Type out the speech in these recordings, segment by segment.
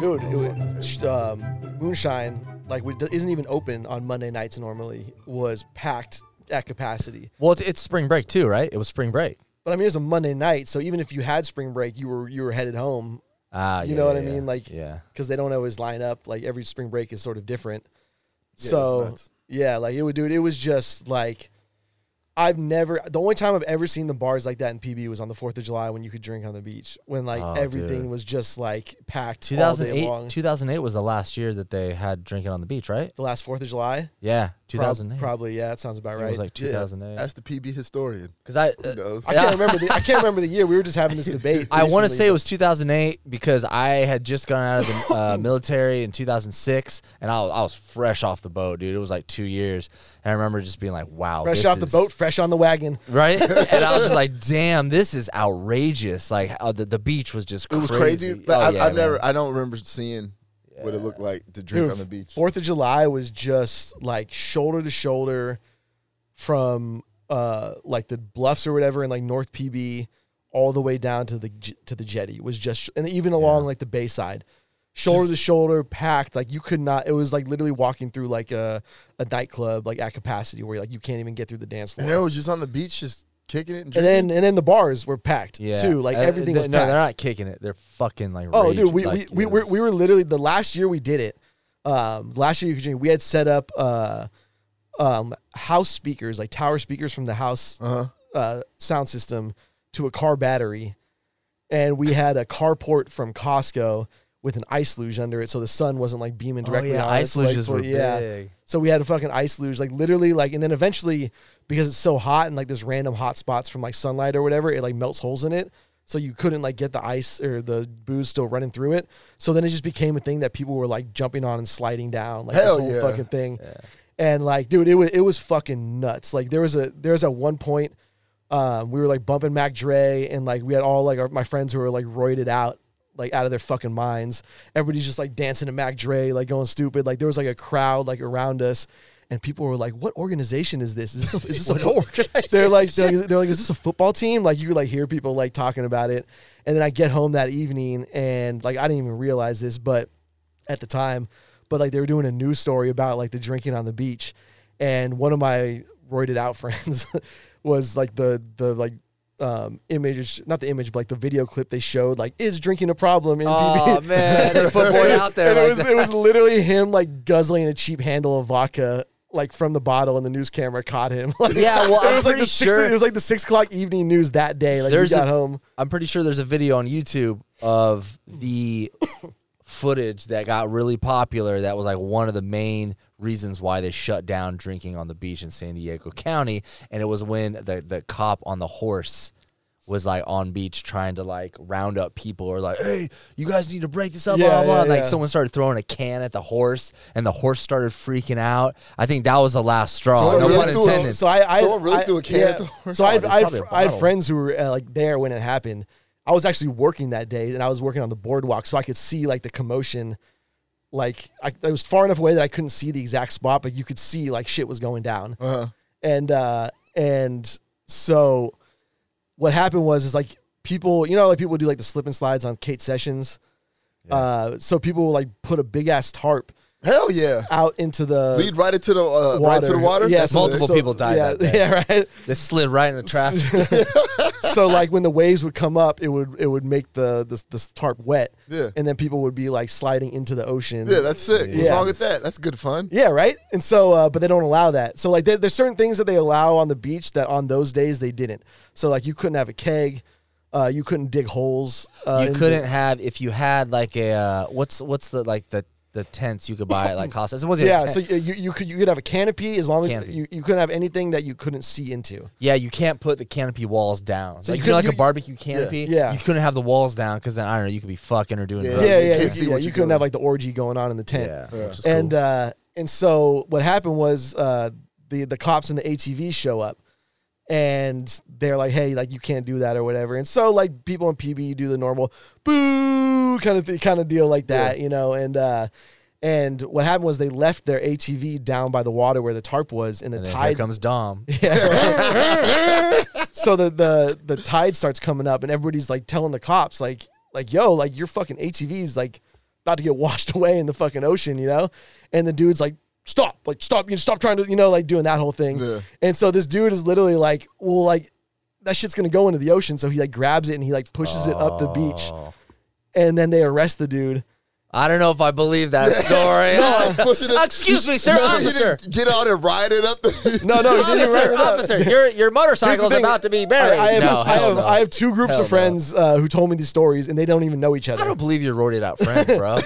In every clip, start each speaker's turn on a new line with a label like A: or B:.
A: Dude, it was, sh- um, Moonshine, like, we, isn't even open on Monday nights normally, was packed at capacity.
B: Well, it's, it's spring break too, right? It was spring break.
A: But I mean, it was a Monday night, so even if you had spring break, you were you were headed home
B: Ah,
A: You
B: yeah,
A: know what
B: yeah,
A: I
B: yeah.
A: mean? Like-
B: yeah,
A: because they don't always line up. Like every spring break is sort of different.
C: it's
A: so
C: nuts.
A: yeah, like it would, dude. It was just like I've never. The only time I've ever seen the bars like that in PB was on the Fourth of July when you could drink on the beach when like
B: Oh,
A: everything
B: dude.
A: was just like packed all day
B: 2008.
A: long.
B: 2008 was the last year that they had drinking on the beach, right?
A: the last Fourth of July,
B: Yeah,
A: Prob-
B: 2008.
A: probably. Yeah, that sounds about
B: It
A: right.
B: was like
C: Yeah,
B: 2008.
C: Ask the PB historian.
B: Because I,
C: Who
B: uh,
C: knows?
A: I can't remember. The, I can't remember the year. We were just having this debate.
B: I want to
A: recently,
B: say it was 2008 because I had just gone out of the uh, military in 2006, and I was, I was fresh off the boat, dude. It was like two years, and I remember just being like, "Wow,
A: fresh
B: this
A: off the
B: is-
A: boat, fresh on the wagon.
B: right?" and I was just like, "Damn, this is outrageous!" Like uh, the the beach was just
C: It was crazy.
B: crazy.
C: But
B: Oh,
C: I,
B: yeah,
C: I've
B: man.
C: never. I don't remember seeing what it looked like to drink on the beach.
A: Fourth of July was just like shoulder to shoulder from uh like the bluffs or whatever in like North PB all the way down to the j- to the jetty was just and even along like the bayside shoulder to shoulder packed like you could not it was like literally walking through like a a nightclub like at capacity where like you can't even get through the dance floor
C: and it was just on the beach, just kicking it. And,
A: and
C: drinking.
A: then and then the bars were packed too like
B: Uh,
A: everything
B: they-
A: was
B: no,
A: packed
B: they're not kicking it. They're fucking like.
A: Oh, dude,
B: raging,
A: we,
B: like,
A: we,
B: it
A: we, we
B: was-
A: we were literally the last year we did it. Um, last year you could drink. We had set up uh, um, house speakers, like tower speakers from the house
C: uh-huh.
A: uh, sound system, to a car battery, and we had a carport from Costco with an ice luge under it, so the sun wasn't like beaming
B: Oh,
A: directly.
B: yeah,
A: on
B: ice
A: us, like,
B: luges
A: for-
B: were
A: yeah.
B: big.
A: So we had a fucking ice luge, like literally, like, and then eventually, because it's so hot and like there's random hot spots from like sunlight or whatever, it like melts holes in it. So you couldn't like get the ice or the booze still running through it. So then it just became a thing that people were like jumping on and sliding down, like
C: Hell
A: this whole
C: yeah.
A: fucking thing. And like, dude, it was it was fucking nuts. Like there was a there was at one point, um, we were like bumping Mac Dre and like we had all like our, my friends who were like roided out. Like out of their fucking minds, everybody's just like dancing to Mac Dre, like going stupid. Like there was like a crowd like around us, and people were like, "What organization is this? Is this a, is this a they're like they're, like- they're like is this a football team like you could, like hear people like talking about it and then i get home that evening and like i didn't even realize this but at the time but like they were doing a news story about like the drinking on the beach and one of my roided out friends was like the the like um image not the image but like the video clip they showed like is drinking a problem in
B: Oh
A: PB?
B: man, they put boy out there.
A: And it
B: like
A: was
B: that.
A: it was literally him like guzzling a cheap handle of vodka like from the bottle, and the news camera caught him. Like,
B: Yeah, well, I'm
A: it was like
B: pretty
A: the six,
B: sure-
A: It was like the six o'clock evening news that day. Like
B: There's
A: he got
B: a-
A: home.
B: I'm pretty sure there's a video on YouTube of the footage that got really popular that was like one of the main reasons why they shut down drinking on the beach in San Diego County and it was when the the cop on the horse was like on beach trying to like round up people or like hey you guys need to break this up blah,
A: Yeah,
B: blah, blah.
A: yeah,
B: And, like
A: yeah.
B: someone started throwing a can at the horse and the horse started freaking out I think that was the last straw
C: So
B: no
C: really
B: pun
C: threw a-
B: intended
A: So I, I
C: Someone really
A: I-
C: threw a can at the horse?
A: So I had,
B: Oh, there's
A: I, had,
B: probably a
A: fr- I had
B: bottle.
A: friends who were uh, like there when it happened. I was actually working that day, and I was working on the boardwalk, so I could see like the commotion. Like I, I was far enough away that I couldn't see the exact spot, but you could see like shit was going down.
C: uh-huh.
A: and uh and so what happened was is like people you know like people do like the slip and slides on kate sessions uh so people will like put a big ass tarp
C: Hell yeah!
A: out into the
C: Lead right into the uh, right to the water.
A: yeah
C: That's
A: so-
B: Multiple
A: so-
B: people died
A: yeah,
B: that day.
A: yeah right
B: they slid right in the traffic
A: so like when the waves would come up it would it would make the this this tarp wet
C: Yeah.
A: and then people would be like sliding into the ocean
C: Yeah, that's sick. What's
A: Yeah.
C: wrong with that? That's good fun.
A: Yeah, right. And so, uh, but they don't allow that. So, like, there, there's certain things that they allow on the beach that on those days they didn't. So, like, you couldn't have a keg, uh, you couldn't dig holes. Uh,
B: you
A: in the-
B: couldn't have if you had like a uh, what's what's the like the the tents you could buy at like Costco. It wasn't a
A: yeah,
B: tent.
A: so you, you you could you could have a canopy as long as
B: Canopy.
A: you, you couldn't have anything that you couldn't see into.
B: yeah, you can't put the canopy walls down. So
A: you
B: you, know,
A: could-
B: like a
A: you-
B: barbecue canopy.
A: yeah.
B: you couldn't have the walls down because then I don't know, you could be fucking or doing
C: Yeah,
B: drugs.
A: yeah,
C: Uh, you
A: yeah,
C: can't
A: you,
C: see
A: yeah,
C: what
A: you
C: you're
A: couldn't
C: doing.
A: have like the orgy going on in the tent.
B: yeah,
C: Yeah.
B: Which is
A: and
B: cool.
A: uh, and so what happened was uh, the the cops and the ATV show up, and they're like, "Hey, like you can't do that or whatever." And so like people in PB do the normal boo kind of th- kind of deal like that, you know. And uh, and what happened was they left their ATV down by the water where the tarp was, and the
B: and then here
A: tide
B: comes Dom.
A: so the, the the tide starts coming up and everybody's like telling the cops like like yo like your fucking ATV's like about to get washed away in the fucking ocean, you know? And the dude's like, stop, like, stop, you stop trying to, you know, like doing that whole thing.
C: Yeah.
A: And so this dude is literally like, well, like, that shit's gonna go into the ocean. So he like grabs it and he like pushes it up the beach.
B: Oh.
A: And then they arrest the dude.
B: I don't know if I believe that story.
C: I'm pushing it.
B: Uh, Excuse me, sir,
C: he didn't
B: officer.
C: Get out and ride it up. The-
A: No, no, he didn't arrest
B: Officer,
A: him.
B: officer, your your
A: Here's the
B: motorcycle is
A: thing.
B: about to be
A: I,
B: buried.
A: I have,
B: no,
A: I,
B: hell
A: have,
B: no.
A: I have two groups
B: Hell no.
A: of friends uh, who told me these stories and they don't even know each other.
B: I don't believe you roided out friends, bro. no,
A: not-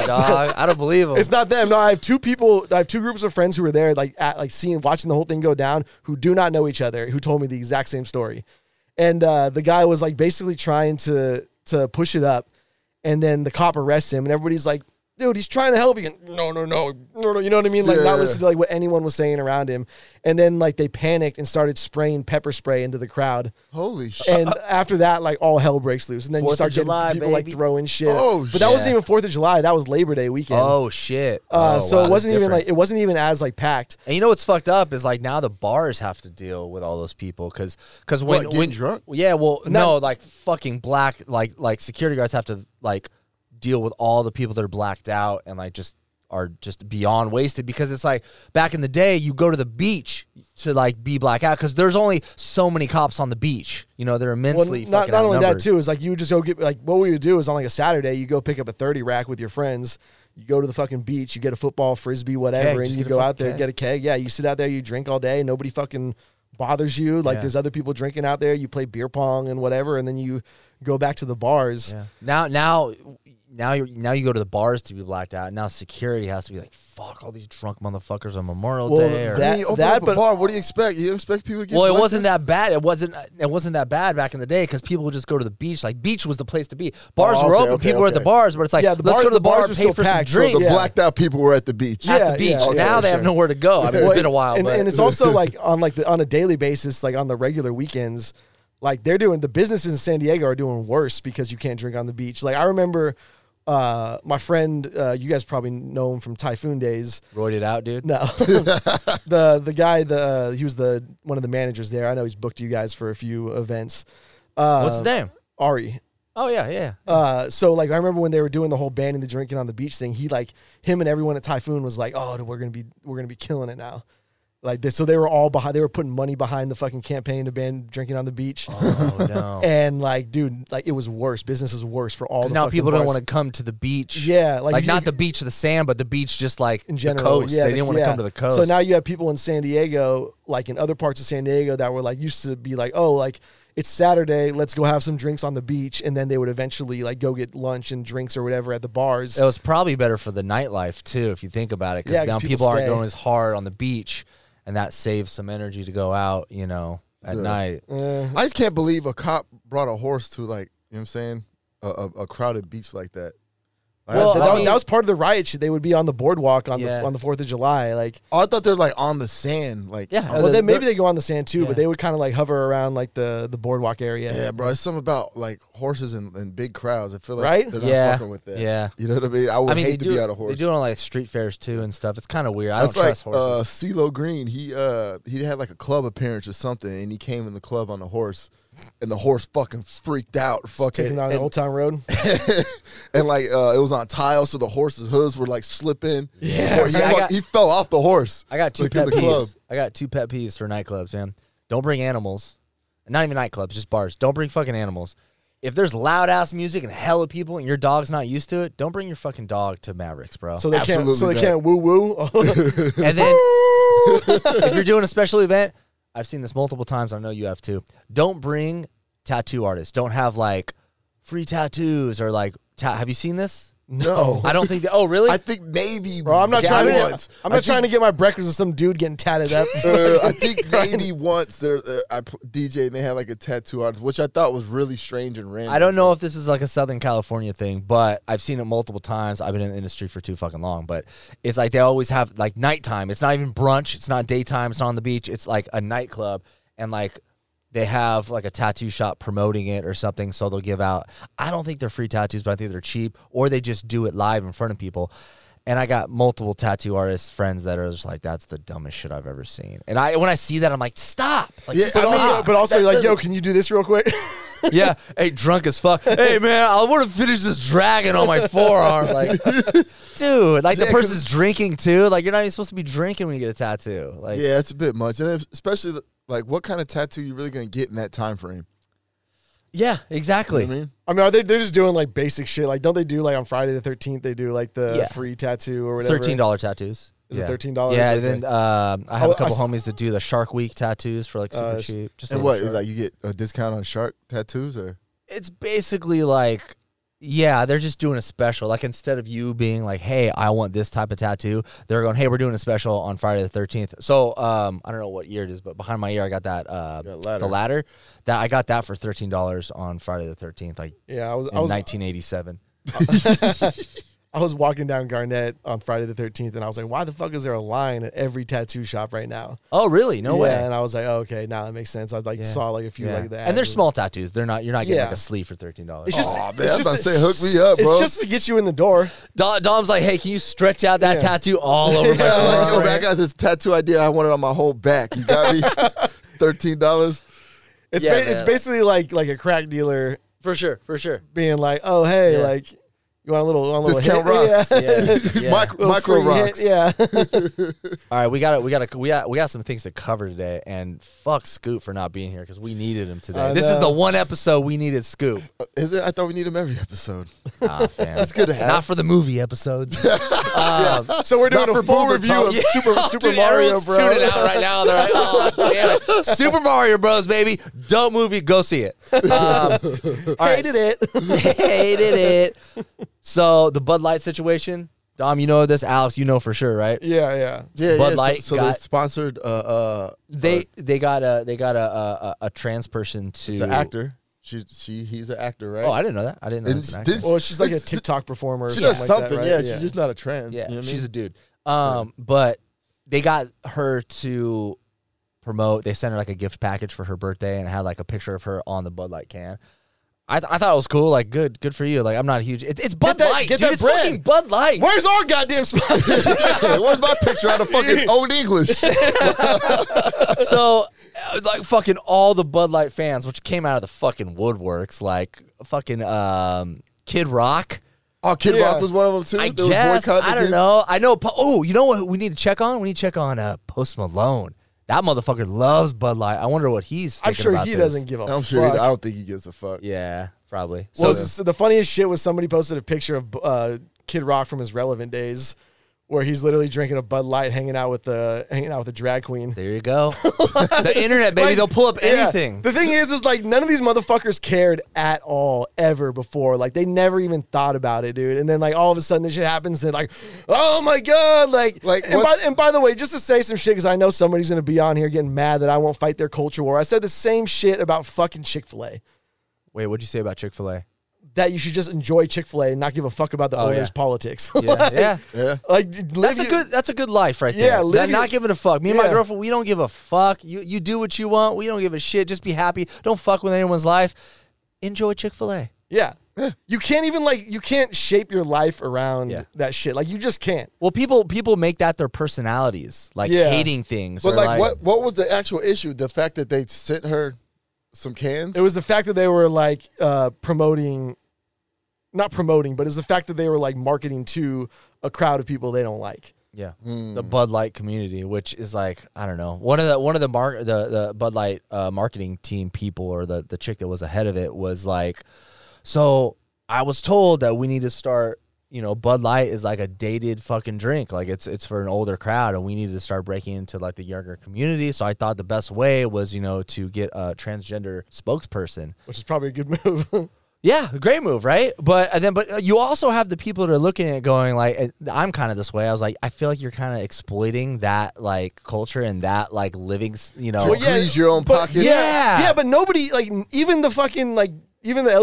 A: it's
B: dog. I don't believe them.
A: It's not them. No, I have two people. I have two groups of friends who were there, like at, like seeing, watching the whole thing go down, who do not know each other, who told me the exact same story. And uh, the guy was like basically trying to to push it up, and then the cop arrests him, and everybody's like, "Dude, he's trying to help you." And, no, no, no, no, no. You know what I mean? Like
C: Yeah.
A: not listening to like what anyone was saying around him. And then like they panicked and started spraying pepper spray into the crowd.
C: Holy shit.
A: And after that, like all hell breaks loose, and then you
B: Uh, Fourth
A: start
B: of
A: getting
B: July,
A: people like
B: baby.
A: throwing shit.
C: Oh,
A: but that wasn't
B: shit.
A: even Fourth of July. That was Labor Day weekend.
B: oh shit.
A: Uh,
B: Oh,
A: so
B: wow,
A: it
B: that's
A: wasn't even
B: different.
A: like it wasn't even as like packed.
B: And you know what's fucked up is like now the bars have to deal with all those people because because when
C: What, getting
B: when
C: drunk?
B: yeah well no like fucking black like like security guards have to like deal with all the people that are blacked out and like just are just beyond wasted because it's like back in the day you go to the beach to like be black out because there's only so many cops on the beach you know they're
A: Well,
B: immensely
A: not,
B: fucking
A: not only that
B: outnumbered.
A: too is like you would just go get like what we would do is on like a Saturday you go pick up a thirty rack with your friends. You go to the fucking beach, you get a football, frisbee, whatever,
B: Keg,
A: and
B: just
A: you
B: get a
A: go
B: fucking
A: out there
B: keg.
A: get a keg. Yeah, you sit out there, you drink all day, nobody fucking bothers you. Like
B: Yeah.
A: there's other people drinking out there, you play beer pong and whatever, and then you go back to the bars.
B: Yeah. Now, now, now you now you go to the bars to be blacked out. Now security has to be like, fuck all these drunk motherfuckers on Memorial
A: Well,
B: Day. Or,
A: that-
C: you open
A: that,
C: up a
A: but-
C: bar. What do you expect? You expect people to get.
B: well, it
C: blacked
B: wasn't
C: out?
B: that bad. It wasn't. It wasn't that bad back in the day because people would just go to the beach. Like beach was the place to be. Bars
C: Oh,
B: were
C: okay,
B: open.
C: okay,
B: people were at the
C: okay.
B: bars, but it's like,
A: Yeah, the
B: let's
A: bars-
B: go to
A: the
B: the bar,
A: bars were
B: pay
A: still
B: for
A: packed, so
B: some
A: the
B: drinks
C: The
A: Yeah.
C: blacked out people were at the beach.
B: at
A: Yeah,
B: the beach.
A: yeah,
B: now
A: yeah,
B: they have
A: sure.
B: nowhere to go. I mean, it's
A: Well,
B: been a while.
A: and,
B: but
A: and it's also like on like the on a daily basis, like on the regular weekends, like they're doing the businesses in San Diego are doing worse because you can't drink on the beach. Like I remember, uh, my friend, uh, you guys probably know him from Typhoon Days.
B: roided out, dude.
A: No, the the guy, the uh, he was the one of the managers there. I know he's booked you guys for a few events. Uh,
B: What's his name?
A: Ari.
B: Oh yeah, yeah.
A: Uh, so like I remember when they were doing the whole banning the drinking on the beach thing, he like him and everyone at Typhoon was like, "Oh, we're gonna be we're gonna be killing it now." Like they, so they were all behind. They were putting money behind the fucking campaign to ban drinking on the beach.
B: Oh no.
A: And like, dude, like it was worse. Business is worse for all.
B: 'Cause
A: The
B: now people don't want to come to the beach.
A: Yeah, like
B: like,
A: you-
B: not the beach, the sand, but the beach just like
A: in general.
B: the coast.
A: Yeah,
B: they didn't want to
A: yeah.
B: come to the coast.
A: So now you have people in San Diego, like in other parts of San Diego, that were like used to be like, oh, like it's Saturday, let's go have some drinks on the beach, and then they would eventually like go get lunch and drinks or whatever at the bars.
B: it was probably better for the nightlife too, if you think about it, because
A: Yeah, 'cause people
B: now people, aren't
A: stay.
B: going as hard on the beach, and that saves some energy to go out, you know, at
C: Yeah.
B: night.
A: Uh,
C: I just can't believe a cop brought a horse to like you know what I'm saying a, a, a crowded beach like that. Like,
B: Well,
A: So
C: that's-
A: that,
B: I
A: was-
B: mean-
A: that was part of the riot shit. They would be on the boardwalk on
B: Yeah.
A: the on the Fourth of July, like.
C: oh, I thought they're like on the sand. Like
B: Yeah.
C: oh,
A: Well, then maybe
B: they're-
A: they go on the sand too,
B: Yeah.
A: but they would kind of like hover around like the the boardwalk area.
C: yeah, bro. It's something about like horses and, and big crowds. I feel like
A: Right?
C: they're not
B: Yeah,
C: fucking with that.
B: yeah.
C: You know what I mean? I would
B: I mean, they
C: hate to
B: do,
C: be out of
B: they
C: horse.
B: do it on like street fairs too and stuff. It's kind of weird. I don't
C: That's like
B: trust
C: uh,
B: horses.
C: CeeLo Green. He uh he had like a club appearance or something, and he came in the club on a horse, and the horse fucking freaked out,
A: Taking
C: fucking
A: down the
C: and
A: Old Town Road.
C: and like uh, it was on tiles, so the horse's hooves were like slipping.
B: Yeah.
C: he,
B: See, I
C: fuck-
B: got-
C: he fell off the horse.
B: I got two
C: uh, like, in
B: pet
C: the
B: peeves.
C: club.
B: I got two pet peeves for nightclubs, man. Don't bring animals. Not even nightclubs, just bars. Don't bring fucking animals. If there's loud ass music and hella people and your dog's not used to it, don't bring your fucking dog to Mavericks, bro.
A: So they
C: Absolutely
A: can't. So they
C: not.
A: can't woo woo.
B: And then if you're doing a special event, I've seen this multiple times. I know you have too. Don't bring tattoo artists. Don't have like free tattoos or like. Ta- have you seen this?
C: No,
B: I don't think. That, oh, really?
C: I think maybe.
A: Bro, I'm not
C: yeah,
A: trying.
C: once.
A: To, I'm
C: I
A: not
C: think,
A: trying to get my breakfast with some dude getting tatted up.
C: Uh, I think maybe once there, uh, I pl- DJ and they had like a tattoo artist, which I thought was really strange and random.
B: I don't know if this is like a Southern California thing, but I've seen it multiple times. I've been in the industry for too fucking long, but it's like they always have like nighttime. It's not even brunch. It's not daytime. It's not on the beach. It's like a nightclub, and like they have like a tattoo shop promoting it or something. So they'll give out. I don't think they're free tattoos, but I think they're cheap, or they just do it live in front of people. And I got multiple tattoo artists friends that are just like, "That's the dumbest shit I've ever seen." And I, when I see that, I'm like, "Stop!" Like,
C: Yeah,
A: But
B: stop.
A: also, but also,
C: That
A: like, yo,
C: doesn't-
A: can you do this real quick?
B: yeah, hey, drunk as fuck. Hey, man, I want to finish this dragon on my forearm. Like, dude, like the
C: Yeah, 'cause-
B: person's drinking too. Like, you're not even supposed to be drinking when you get a tattoo. Like,
C: Yeah, it's a bit much, and if- especially the- like what kind of tattoo you really gonna get in that time frame?
B: yeah, exactly.
C: You know what I mean,
A: I mean, are they? They're just doing like basic shit. Like, don't they do like on Friday the thirteenth? They do like the
B: Yeah.
A: free tattoo or whatever.
B: Thirteen dollar tattoos.
A: Is it $13?
B: Yeah,
A: Okay.
B: then um, I have
A: Oh,
B: a couple
A: I
B: homies that do the Shark Week tattoos for like super
A: Uh,
B: cheap. Just
C: and
B: like-
C: what is like you get a discount on shark tattoos or
B: It's basically like, yeah, they're just doing a special. Like instead of you being like, "Hey, I want this type of tattoo," they're going, "Hey, we're doing a special on Friday the 13th." So um, I don't know what year it is, but behind my ear, I got that uh,
C: That ladder.
B: the ladder that I got that for thirteen dollars on Friday the 13th, like
A: Yeah, I was,
B: in
A: I was
B: 1987.
A: I was walking down Garnett on Friday the 13th, and I was like, why the fuck is there a line at every tattoo shop right now?
B: Oh, really? No
A: yeah,
B: way.
A: And I was like, oh, okay, now that makes sense. I like
B: Yeah.
A: saw like a few
B: Yeah.
A: like that,
B: and they're small tattoos. They're not. You're not getting
A: Yeah.
B: like a sleeve for thirteen dollars.
A: It's just,
C: Aw, man,
A: it's
C: I was
A: just
C: about to say, hook me up,
A: it's
C: bro.
A: just to get you in the door.
B: Dom, Dom's like, hey, can you stretch out that tattoo all over my
C: Yeah, I'm like,
B: forearm?
C: yo, man, I got this tattoo idea. I want it on my whole back. You got me? Thirteen dollars.
A: It's
B: Yeah,
A: ba- it's
B: man.
A: basically like like a crack dealer
B: For sure, for sure.
A: being like, oh hey,
B: Yeah.
A: like you want a little, want a little
C: Discount
A: hit?
C: rocks.
A: yeah.
B: Yeah, yeah.
A: Little
C: Micro, micro
A: free hit,
C: rocks.
A: yeah.
B: All right, we got we got we got we got some things to cover today, and fuck Scoot for not being here because we needed him today.
A: I
B: this is
A: know.
B: the one episode we needed Scoot.
C: Is it? I thought we need them every episode.
B: Nah, fam.
C: It's good to have.
B: Not for the movie episodes. um,
A: so we're doing
C: Not
A: a
C: for
A: full
C: Boba
A: review
C: Tom.
A: of
C: Yeah.
A: Super Super
B: Oh, dude,
A: Mario
B: everyone's
A: Bros.
B: tuning out right now. They're like, oh, damn it. Super Mario Bros. Baby, dope movie. Go see it. Um, all right,
A: Hated it.
B: hated it. So the Bud Light situation, Dom, you know this. Alex, you know for sure, right?
A: yeah, yeah.
C: Yeah,
B: Bud
C: yeah.
B: Light
C: so so
B: got-
C: they sponsored. Uh, uh,
B: They they got a they got a a, a- a trans person to
C: it's an actor. She, she, he's an actor, right?
B: Oh, I didn't know that. I didn't know.
C: And
B: It's an
C: s-
B: actor.
C: did-
A: Well, she's like a
C: It's-
A: TikTok performer. Or
C: she
A: something
C: does
A: like that,
C: something.
A: right?
C: yeah, she's just not a trans.
B: yeah,
C: you know what I
B: she's
C: mean?
B: a dude. Um, but they got her to promote. They sent her like a gift package for her birthday and had like a picture of her on the Bud Light can. I, th- I thought it was cool. Like, good, good for you. Like, I'm not huge. It's, it's Bud
A: that-
B: Light,
A: get
B: dude.
A: that
B: it's
A: bread.
B: fucking Bud Light.
A: Where's our goddamn sponsor?
C: Yeah, Where's my picture out of fucking old English?
B: so uh, like fucking all the Bud Light fans, which came out of the fucking woodworks, like fucking um, Kid Rock.
C: Oh, Kid
A: Yeah.
C: Rock was one of them too.
B: I
C: They was
B: guess
C: boycotting
B: I don't
C: against-
B: know. I know. Po- oh, you know what? We need to check on. We need to check on uh, Post Malone. That motherfucker loves Bud Light. I wonder what he's.
A: I'm
B: thinking
A: sure
B: about
A: he
B: this.
A: doesn't give a
C: I'm sure. He,
A: fuck.
C: I don't think he gives a fuck.
B: Yeah, probably.
A: Well,
B: So
A: so the funniest shit was somebody posted a picture of uh, Kid Rock from his relevant days, where he's literally drinking a Bud Light, hanging out with the hanging out with the drag queen.
B: there you go. the internet, baby.
A: Like,
B: they'll pull up
A: yeah.
B: anything.
A: The thing is, is like none of these motherfuckers cared at all ever before. Like they never even thought about it, dude. And then like all of a sudden this shit happens. They're like, oh my god, like
C: Like,
A: And by,
C: what's-
A: and by the way, just to say some shit because I know somebody's gonna be on here getting mad that I won't fight their culture war. I said the same shit about fucking Chick Fil A.
B: Wait, what'd you say about Chick Fil A?
A: That you should just enjoy Chick Fil A and not give a fuck about the
B: Oh,
A: owner's
B: yeah.
A: politics.
B: Yeah, yeah.
C: Yeah.
A: Like live
B: That's a
A: your-
B: good. That's a good life right
A: Yeah,
B: there.
A: live
B: That- not
A: your-
B: giving a fuck. Me and my
A: Yeah.
B: girlfriend, we don't give a fuck. You you do what you want. We don't give a shit. Just be happy. Don't fuck with anyone's life. Enjoy Chick Fil A.
A: Yeah. You can't even like you can't shape your life around
B: Yeah.
A: that shit. Like you just can't.
B: Well, people people make that their personalities, like
A: Yeah.
B: hating things.
C: But
B: or
C: like, what what was the actual issue? The fact that they sent her some cans.
A: It was the fact that they were like uh promoting not promoting, but it was the fact that they were like marketing to a crowd of people they don't like.
B: Yeah, the Bud Light community, which is like I don't know, one of the one of the mar- the the Bud Light uh, marketing team people or the the chick that was ahead of it was like, so I was told that we need to start. You know, Bud Light is like a dated fucking drink. Like it's it's for an older crowd, and we needed to start breaking into like the younger community. So I thought the best way was you know to get a transgender spokesperson
A: Which is probably a good move.
B: Yeah, great move, right? But and then, but uh, you also have the people that are looking at it going like, and I'm kind of this way. I was like, I feel like you're kind of exploiting that like culture and that like living, s- you know.
C: Well, yeah, Grease your own
A: but-
C: pockets.
A: Yeah.
B: Yeah.
A: Yeah, but nobody like even the fucking like even the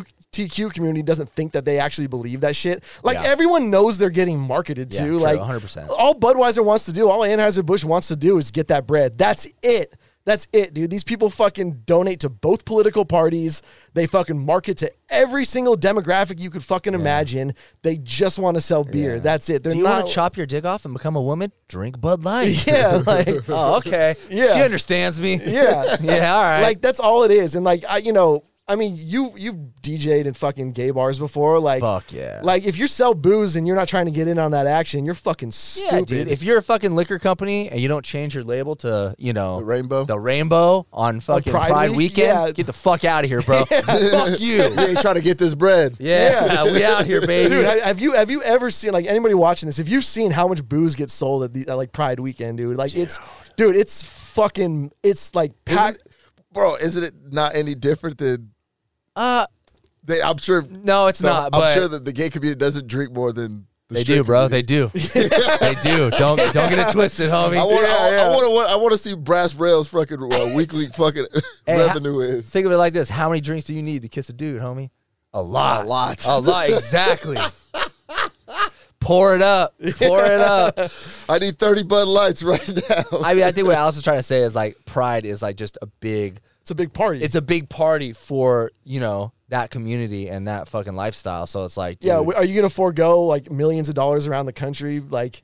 A: LGBTQ community doesn't think that they actually believe that shit. Like
B: Yeah.
A: everyone knows they're getting marketed to.
B: Yeah, true,
A: like
B: 100%.
A: all Budweiser wants to do, all Anheuser Busch wants to do is get that bread. That's it. That's it, dude. These people fucking donate to both political parties. They fucking market to every single demographic you could fucking imagine. They just want to sell beer. That's it. They're
B: Do you
A: not
B: want to chop your dick off and become a woman? Drink Bud Light.
A: Yeah, like
B: oh, okay.
A: Yeah.
B: She understands me.
A: yeah.
B: Yeah. All right.
A: Like that's all it is. And like I, you know, I mean, you you've DJ'd in fucking gay bars before, like
B: Fuck yeah.
A: like if you sell booze and you're not trying to get in on that action, you're fucking stupid.
B: yeah, dude. If you're a fucking liquor company and you don't change your label to, you know,
C: The rainbow?
B: the rainbow on fucking
A: Pride
B: Pride,
A: Week?
B: weekend,
A: Yeah.
B: get the fuck out of here, bro. fuck you.
C: you ain't trying to get this bread.
B: Yeah, we out here, baby.
A: Dude, have have you have you ever seen like anybody watching this? If you've seen how much booze gets sold at, the, at like Pride Weekend, dude, like it's dude, it's fucking, it's like packed.
C: Isn't- bro, isn't it not any different than
B: uh,
C: they? I'm sure.
B: no, it's not.
C: I'm
B: but
C: sure that the gay community doesn't drink more than the
B: they
C: straight
B: do, bro.
C: community.
B: They do. they do. Don't don't get it twisted, homie.
C: I want.
A: Yeah, yeah.
C: I, want to. I want to see Brass Rails fucking uh, weekly fucking
B: Hey, how-
C: revenue is.
B: Think of it like this: How many drinks do you need to kiss a dude, homie? A lot. Oh.
C: A lot.
B: A lot. Exactly. Pour it up. Pour it up.
C: I need 30 Bud Lights right now.
B: I mean, I think what Alice is trying to say is like pride is like just a big,
A: It's a big party.
B: it's a big party for you know that community and that fucking lifestyle. So it's like,
A: yeah,
B: dude,
A: w- are you gonna forego like millions of dollars around the country, like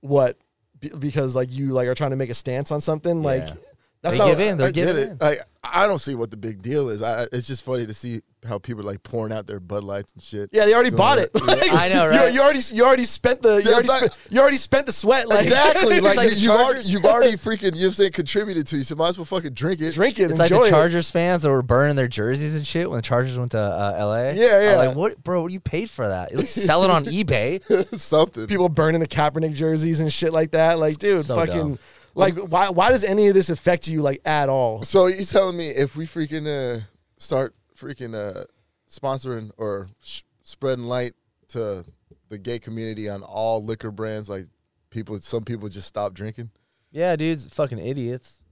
A: what? Be- because like you like are trying to make a stance on something, like
B: Yeah.
A: that's
B: They
A: not.
B: give in. They're
C: I get
B: giving in.
C: it. Like, I don't see what the big deal is. I, it's just funny to see how people are like pouring out their Bud Lights and shit.
A: Yeah, they already bought it. Like,
B: I know,
A: you-
B: right?
A: You, already you already spent the you
C: Yeah,
A: already,
C: it's like-
A: spent, you already spent the sweat. Like
C: Exactly. Like,
B: like
C: you,
B: the
C: you've, already,
B: Chargers.
C: you've already freaking, you know what I'm saying, contributed to you, so might as well fucking drink it.
A: drink it.
B: it's like
A: enjoy
B: the
A: it.
B: Chargers fans that were burning their jerseys and shit when the Chargers went to uh, L.A.
A: Yeah,
B: I'm
A: yeah.
B: like what, bro? What you paid for that? At least sell it on eBay.
C: Something.
A: people burning the Kaepernick jerseys and shit like that. Like, dude,
B: So
A: fucking,
B: dumb.
A: like, why why does any of this affect you like at all?
C: So you telling me if we freaking uh, start freaking uh, sponsoring or sh- spreading light to the gay community on all liquor brands, like people, some people just stop drinking.
B: Yeah, dudes, fucking idiots.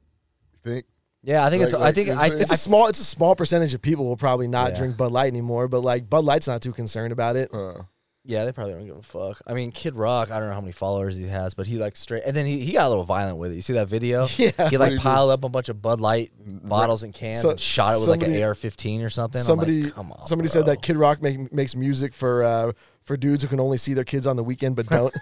C: You think?
B: Yeah, I think it's.
C: Like-
B: I
C: like
B: think
C: you're
B: I,
C: saying-
A: It's a small it's a small percentage of people will probably not
B: Yeah.
A: drink Bud Light anymore, but like Bud Light's not too concerned about it.
C: Uh,
B: Yeah, they probably don't give a fuck. I mean, Kid Rock, I don't know how many followers he has, but he like straight. And then he, he got a little violent with it. You see that video?
A: Yeah.
B: He
C: do
B: like
C: you do?
B: piled up a bunch of Bud Light bottles and cans
A: Mm, So-
B: and shot it with like
A: somebody-
B: an AR 15 or something. I'm like,
A: somebody
B: come on.
A: somebody said
B: bro."
A: that Kid Rock make, makes music for uh, for dudes who can only see their kids on the weekend but don't.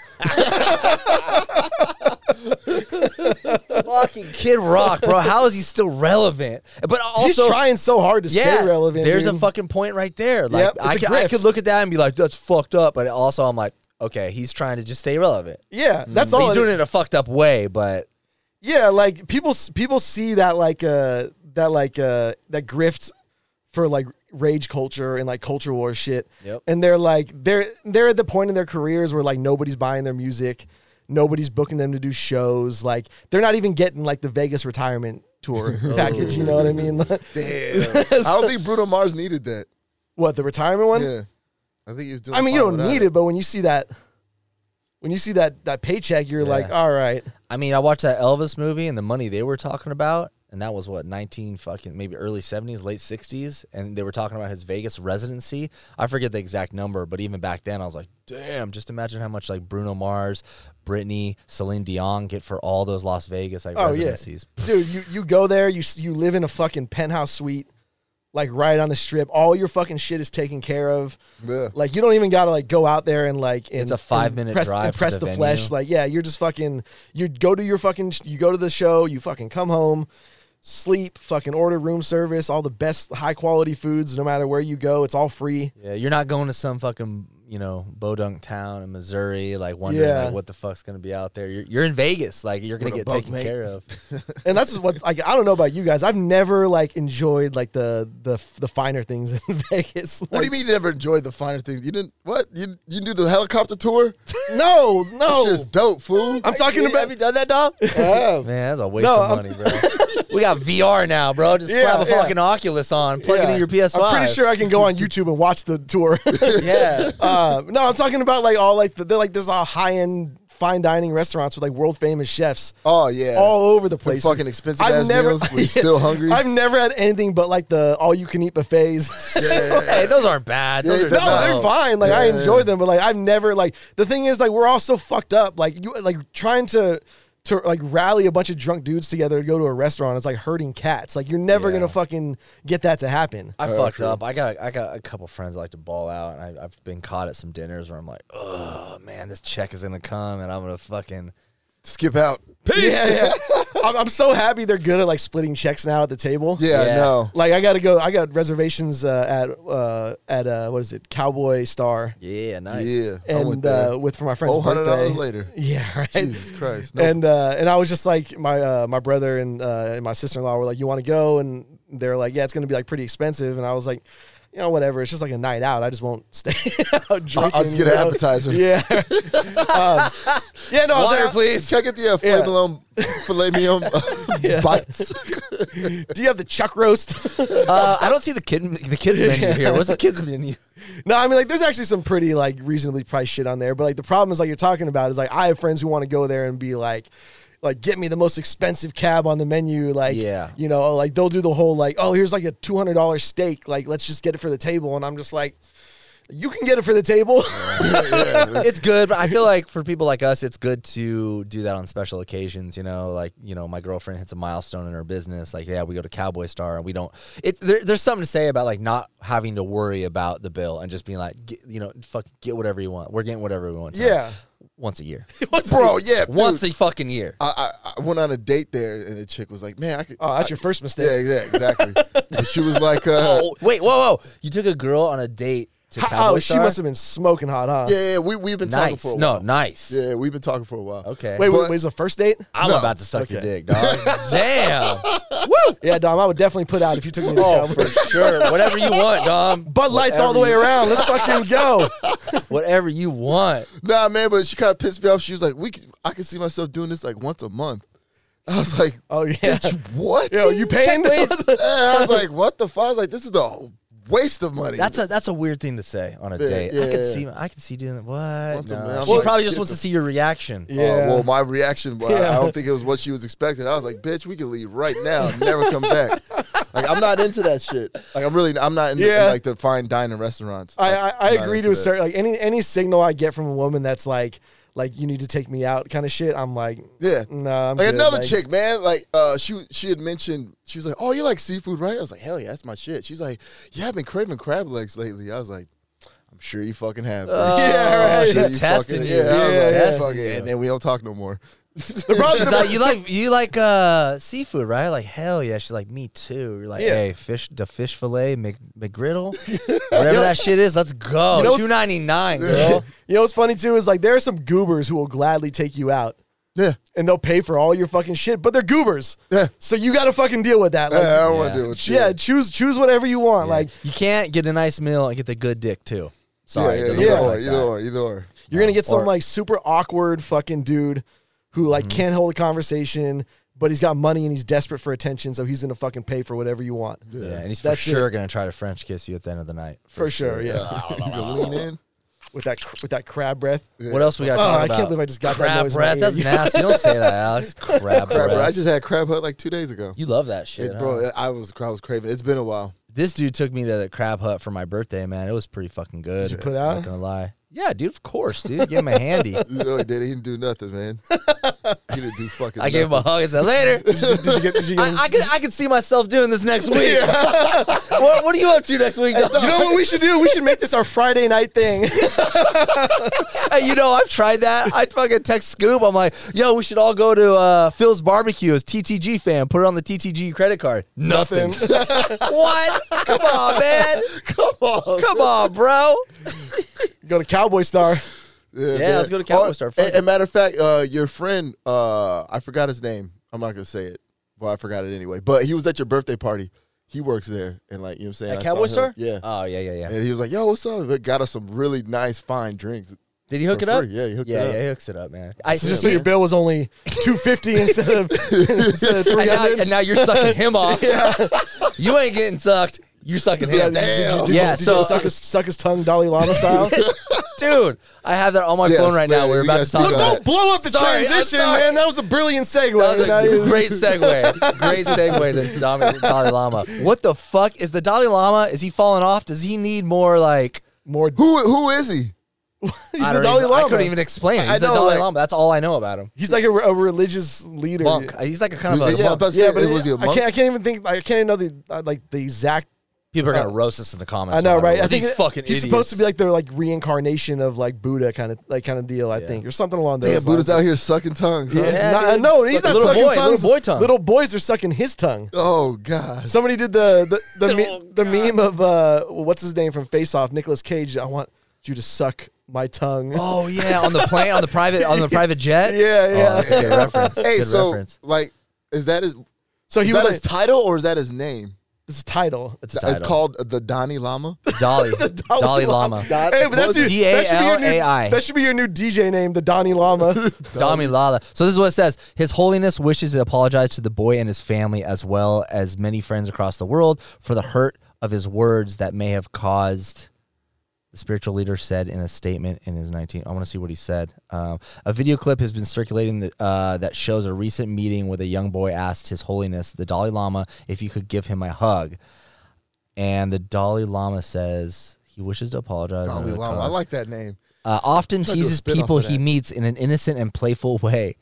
B: Fucking Kid Rock, bro. How is he still relevant? But also.
A: He's trying so hard to
B: yeah,
A: stay relevant.
B: There's a
A: dude.
B: fucking point right there. Like,
A: Yep, it's
B: I,
A: a
B: could, I
A: grift.
B: could look at that and be like, that's fucked up. But also, I'm like, okay, he's trying to just stay relevant.
A: yeah. That's
B: But
A: all.
B: Mm. he's
A: it-
B: doing it in a fucked up way, but
A: Yeah, like people people see that like uh that like uh that grift for like rage culture and like culture war shit.
B: Yep.
A: And they're like they're they're at the point in their careers where like nobody's buying their music, nobody's booking them to do shows, like they're not even getting like the Vegas retirement tour package, you know what I mean?
C: damn. I don't think Bruno Mars needed that.
A: what, the retirement one?
C: Yeah. I think he was doing
A: Um, I mean, you
C: fine
A: don't
C: without
A: need it, but when you see that when you see that that paycheck, you're like, all right.
B: I mean, I watched that Elvis movie and the money they were talking about, and that was what nineteen fucking maybe early seventies, late sixties, and they were talking about his Vegas residency. I forget the exact number, but even back then, I was like, damn, just imagine how much like Bruno Mars, Britney, Celine Dion get for all those Las Vegas like
A: Oh, yeah.
B: residencies.
A: dude, you, you go there, you s- you live in a fucking penthouse suite, like right on the strip. All your fucking shit is taken care of.
C: Yeah.
A: Like you don't even gotta like go out there and like and,
B: It's a five
A: and
B: minute
A: press,
B: drive
A: and
B: to
A: press
B: the
A: the, flesh.
B: venue.
A: Like yeah, you're just fucking. You go to your fucking. sh- You go to the show. You fucking come home, sleep. Fucking order room service. All the best high quality foods. No matter where you go, it's all free.
B: Yeah, you're not going to some fucking you know bodunk town in Missouri, like wondering
A: Yeah.
B: like, what the fuck's gonna be out there. You're, you're in Vegas, like you're gonna
C: With a
B: get
C: bunk,
B: taken
C: mate.
B: care of.
A: And that's what like I don't know about you guys. I've never like enjoyed like the the the finer things in Vegas.
C: What do you mean you never enjoyed the finer things? You didn't what? You you do the helicopter tour?
A: mean? No,
C: That's
A: no.
C: just dope, fool.
A: I'm talking about.
B: Have you done that, dog?
A: Oh,
C: Yeah.
B: Man, that's a waste
A: No,
B: of
A: I'm-
B: money, bro. we got VR now, bro. Just
A: Yeah,
B: slap a
A: yeah.
B: fucking Oculus on, plug it
A: Yeah.
B: in your PS5.
A: I'm pretty sure I can go on YouTube and watch the tour.
B: Yeah.
A: uh, no, I'm talking about like all like the, they're like there's all high end fine dining restaurants with like world famous chefs
C: Oh yeah.
A: all over the
C: Them
A: place.
C: fucking expensive ass meals. Were you still hungry?
A: I've never had anything but like the all you can eat buffets.
B: hey, those aren't bad. Those
C: Yeah,
B: are
A: No,
B: dope.
A: they're fine. Like I
C: Yeah,
A: enjoy
C: yeah.
A: them, but like I've never like the thing is like we're all so fucked up. Like you like trying to to like rally a bunch of drunk dudes together to go to a restaurant. It's like herding cats. Like you're never
B: Yeah.
A: gonna fucking get that to happen.
B: I fucked up. I got I got a couple friends that like to ball out, and I, I've been caught at some dinners where I'm like, oh man, this check is gonna come, and I'm gonna fucking
C: skip out.
A: Yeah, yeah. I'm, I'm so happy they're good at like splitting checks now at the table.
C: Yeah,
B: Yeah.
C: no.
A: Like I gotta go. I got reservations uh, at uh, at uh, what is it? Cowboy Star.
B: Yeah, nice.
C: Yeah, I went
A: and
C: there.
A: uh, with for my friend's
C: Oh, hundred
A: birthday.
C: dollars later.
A: Yeah, right.
C: Jesus Christ! No,
A: And uh, and I was just like my uh, my brother and uh, and my sister in law were like, "You want to go?" And they're like, "Yeah, it's gonna be like pretty expensive." And I was like, "You know, whatever. It's just like a night out. I just won't stay out drinking."
C: I'll just get
A: you
C: an
A: know?
C: appetizer.
A: Yeah. um, yeah. No. I was
B: Water,
A: like,
B: please.
C: Can I get the uh, filet
A: Yeah.
C: mignon, filet mignon uh,
A: Yeah.
C: bites?
A: Do you have the chuck roast?
B: Uh, I don't see the kid the kids menu here. What's the kids menu?
A: no, I mean like there's actually some pretty like reasonably priced shit on there, but like the problem is like you're talking about is like I have friends who want to go there and be like like get me the most expensive cab on the menu like
B: Yeah.
A: you know oh, like they'll do the whole like oh here's like a $200 steak like let's just get it for the table and I'm just like you can get it for the table.
B: It's good, but I feel like for people like us, it's good to do that on special occasions. You know, like you know, my girlfriend hits a milestone in her business. Like, yeah, we go to Cowboy Star, and we don't. It's there, there's something to say about like not having to worry about the bill and just being like, get, you know, fuck, get whatever you want. We're getting whatever we want. tonight.
A: Yeah.
B: once a year,
C: Bro, yeah, dude.
B: once a fucking year.
C: I, I I went on a date there, and the chick was like, "Man, I could."
A: Oh, that's your first mistake.
C: yeah, yeah, exactly. and she was like, uh,
B: Oh, wait, whoa, whoa! You took a girl on a date to
A: How-
B: Cowboy
A: oh, she
B: Star?
A: must have been smoking hot, huh?
C: "Yeah, yeah, we we've been talking
B: nice.
C: for a
B: No,
C: while.
B: nice.
C: Yeah, we've been talking for a while.
B: Okay.
A: Wait, wait,
C: But-
A: wait, it was a first date?
B: I'm
C: No.
B: about to suck your
A: Okay.
B: dick, dog. Damn. Woo.
A: Yeah, Dom, I would definitely put out if you took me to oh,
B: For sure. Whatever you want, Dom.
A: Bud Lights all the way around. Let's fucking go.
B: Whatever you want.
C: Nah, man, but she kind of pissed me off. She was like, "We, could, I could see myself doing this like once a month." I was like,
A: Oh yeah.
C: "What?"
A: Yo, you paying?
C: And I was like, "What the fuck?" I was like, "This is a waste of money."
B: That's a that's a weird thing to say on a
C: Yeah,
B: date. I
C: yeah,
B: could
C: yeah.
B: see I could see doing that. What?
C: Once a
B: No.
C: month.
B: She
C: Well,
B: probably just
C: get
B: wants to
C: the-
B: see your reaction.
A: Yeah.
C: Oh, well, my reaction, well, I- I
A: Yeah.
C: don't think it was what she was expecting. I was like, "Bitch, we can leave right now, and never come back." Like, I'm not into that shit. Like, I'm really, I'm not into
A: Yeah.
C: like the fine dining restaurants.
A: I, I, I
C: Not
A: agree
C: into
A: to a
C: that.
A: certain like any any signal I get from a woman that's like like you need to take me out kind of shit. I'm like
C: Yeah.
A: no. I'm
C: like
A: good.
C: another chick, man. Like uh, she she had mentioned she was like, "Oh, you like seafood, right?" I was like, "Hell yeah, that's my shit." She's like, "Yeah, I've been craving crab legs lately." I was like, "I'm sure you fucking have." bitch."
A: Yeah,
B: Oh,
A: right.
C: I'm sure
B: She's testing
C: fucking,
B: you.
C: Yeah, I was
A: Yeah,
C: like,
A: yeah.
C: "Fuck it," and then we don't talk no more.
B: She's like, you like you like uh, seafood, right? Like hell yeah. She's like me too. You're like,
A: Yeah.
B: hey, fish the fish fillet, Mc, McGriddle, whatever that shit is. Let's go.
A: You know-
B: Two ninety nine, girl.
A: You know what's funny too is like there are some goobers who will gladly take you out
C: yeah,
A: and they'll pay for all your fucking shit, but they're goobers.
C: Yeah.
A: So you got to fucking deal with that.
C: yeah, oh,
A: Like,
C: I
A: yeah.
C: don't want
B: Yeah.
C: to do it.
A: choose choose whatever you want. Like
B: you can't get a nice meal and get the good dick too. Sorry,
C: yeah,
B: it
C: yeah,
B: doesn't
C: either
B: work
C: or,
B: like
C: either
B: that.
C: or, either or.
A: you're gonna get some
C: Or- Mm-hmm.
A: like super awkward fucking dude who like can't hold a conversation, but he's got money and he's desperate for attention, so he's gonna fucking pay for whatever you want.
B: Yeah, and he's
A: That's
B: for sure gonna try to French kiss you at the end of the night.
A: For sure, yeah.
C: You can lean in.
A: with that cr- with that crab breath.
B: What else we got?
A: Oh,
B: talk
A: I
B: about?
A: can't believe I just got that
B: crab
A: noise in my
B: breath.
A: ear.
B: That's nasty. Don't say that, Alex. Crab
C: Crab, bro, I
B: breath.
C: just had crab hut like two days ago.
B: You love that shit,
C: It-
B: huh?
C: bro, I was I was craving. it. It's been a while.
B: This dude took me to the crab hut for my birthday, man. It was pretty fucking good.
A: Did you put
B: Not
A: out?
B: gonna lie. Yeah, dude. Of course, dude. Give him a handy.
C: No, he did. He didn't do nothing, man. He didn't do fucking.
B: I gave him a
C: nothing.
B: hug and said, "Later."
A: Did you get? Did you get
B: I, I could I could see myself doing this next week. what, what are you up to next week? dog?
A: you know what we should do? We should make this our Friday night thing.
B: Hey, you know, I've tried that. I fucking text Scoop. I'm like, yo, we should all go to uh, Phil's Barbecue as TTG fan. Put it on the TTG credit card. Nothing. what? Come on, man. Come on. Come on, bro.
A: Go to Cowboy Star.
B: Yeah, let's go to Cowboy Star. Fuck
C: And, and matter of fact, uh, your friend, uh, I forgot his name. I'm not gonna say it. Well, I forgot it anyway. But he was at your birthday party. He works there, and like you know, what I'm saying
B: At
C: I saw
B: Cowboy
C: him.
B: Star?
C: Yeah.
B: Oh, yeah, yeah, yeah.
C: and he was like, "Yo, what's up?" It got us some really nice, fine drinks.
B: Did he hook
C: for
B: it up?
C: free. Yeah, he hooked
B: yeah,
C: it up.
B: yeah, he hooks it up, man. I,
A: So just so your bill was only two fifty instead of instead of three
B: and, now, and
A: hundred.
B: now you're sucking him off. You ain't getting sucked. You're sucking him.
C: Damn.
B: Yeah,
A: Did
B: so
A: you suck his, suck his tongue, Dalai Lama style.
B: dude, I have that on my
C: Yes,
B: phone right now.
C: man,
B: We're
C: you
B: about
C: guys
B: to talk
C: speak on
B: about
C: that.
B: it.
A: Blow up the
B: Sorry, I'm
A: transition,
B: sorry.
A: man. That was a brilliant segue.
B: That was
A: Now
B: a
A: you-
B: great segue. Great segue to Dom- Dalai Lama. What the fuck is the Dalai Lama? Is he falling off? Does he need more like?
A: More.
C: Who who is he?
A: He's
B: I
A: the
B: don't
A: Dalai
B: even-
A: Lama.
B: I couldn't even explain. It. He's
C: I
B: the
C: know,
B: Dalai
C: like-
B: Lama. That's all I know about him.
A: He's like a, a religious leader.
B: Monk. He's like a kind of a
C: yeah,
B: monk.
C: but
A: Yeah, but
C: was he a
A: I
C: monk?
A: can't. I can't even think. I can't even know the uh, like the exact
B: People are gonna roast us in the comments.
A: I
B: no
A: know,
B: matter
A: right?
B: what.
A: I think
B: These
A: it-
B: fucking
A: he's
B: idiots.
A: supposed to be like the like reincarnation of like Buddha kind of like kind of deal. I think or something along those
C: Damn, Buddha's out
A: lines.
C: here sucking tongues. Huh?
B: Yeah,
A: Not-
B: dude.
A: no, he's
B: Sucking
A: not
B: little
A: sucking
B: boy- little
A: tongues.
B: boy tongue.
A: Little boys are sucking his tongue.
C: Oh God.
A: Somebody did the the the, me-
B: Oh,
A: the meme of uh, what's his name from Face Off, Nicolas Cage. I want you to suck my tongue.
B: Oh yeah, on the plane, on the private, on the private jet.
A: Yeah, yeah.
B: Oh, that's a good reference.
C: Hey,
B: good
C: so
B: reference.
C: like, is that his?
A: so
C: Is
A: he
C: that
A: was
C: his
A: like,
C: title or is that his name?
A: it's a title.
B: It's a title.
C: It's called the Donny Lama.
B: Dolly. Dolly, Lama.
C: Don-
A: Hey, but that's
C: what-
A: your, that should be your new-
B: D-A-L-A-I.
A: That should be your new DJ name, the Donny Lama.
B: Dami Lala. So this is what it says. His Holiness wishes to apologize to the boy and his family, as well as many friends across the world, for the hurt of his words that may have caused. The spiritual leader said in a statement in his 19. I want to see what he said. Um, a video clip has been circulating that, uh, that shows a recent meeting where the young boy asked His Holiness the Dalai Lama if he could give him a hug, and the Dalai Lama says he wishes to apologize.
C: Dalai
B: under the
C: Lama. I
B: cause
C: like that name.
B: uh, often
C: Tried to do a
B: teases
C: spin-off
B: people
C: of
B: he
C: that.
B: meets in an innocent and playful way.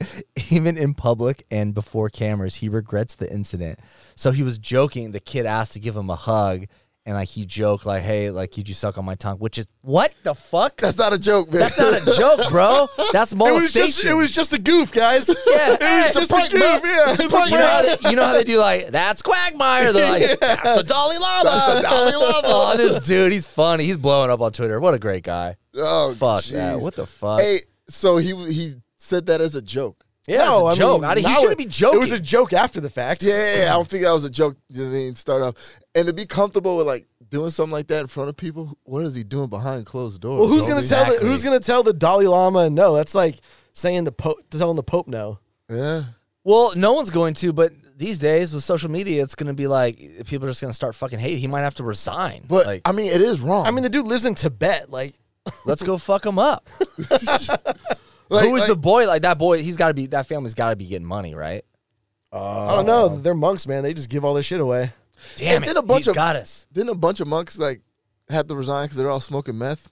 B: Even in public and before cameras, he regrets the incident. So he was joking. The kid asked to give him a hug, and like he joked, like, "Hey, like, could you suck on my tongue?" Which is what the fuck?
C: That's not a joke, man.
B: That's not a joke, bro. That's
A: It was
B: molestation.
A: just it was just a goof, guys.
B: Yeah.
A: it was
B: It's a
A: just
C: prank,
A: a goof.
C: man.
A: Yeah,
C: It's a
A: It was a
C: prank,
B: you know, how
A: prank.
B: they, you know how they do like that's Quagmire. They're like that's the Dalai Lama.
C: That's the Dalai Lama.
B: oh, this dude, he's funny. He's blowing up on Twitter. What a great guy.
C: Oh,
B: Fuck that.
C: jeez.
B: What the fuck?
C: Hey, so he he said that as a joke.
B: yeah,
A: No, I
B: it's a joke.
A: mean,
B: I mean, he
A: now
B: shouldn't
A: it-
B: be joking.
A: It was a joke after the fact.
C: Yeah, I don't think that was a joke. You know what I mean, start off and to be comfortable with like doing something like that in front of people. What is he doing behind closed doors?
A: Well, who's
C: homie?
A: gonna tell the
B: Exactly.
A: Who's gonna tell the Dalai Lama no? That's like saying the Pope telling the Pope no.
C: Yeah.
B: Well, no one's going to, but these days with social media, it's going to be like people are just going to start fucking hate. He might have to resign.
C: But
B: like,
C: I mean, it is wrong.
A: I mean, the dude lives in Tibet. Like,
B: let's go fuck him up.
C: Like-
B: Who is
C: like-
B: the boy? Like that boy, he's got to be that family's got to be getting money, right?
A: I don't know. They're monks, man. They just give all their shit away.
B: Damn
C: And
B: it,
C: then a bunch
B: he's
C: of-
B: got us.
C: Didn't a bunch of monks like have to resign because they're all smoking meth?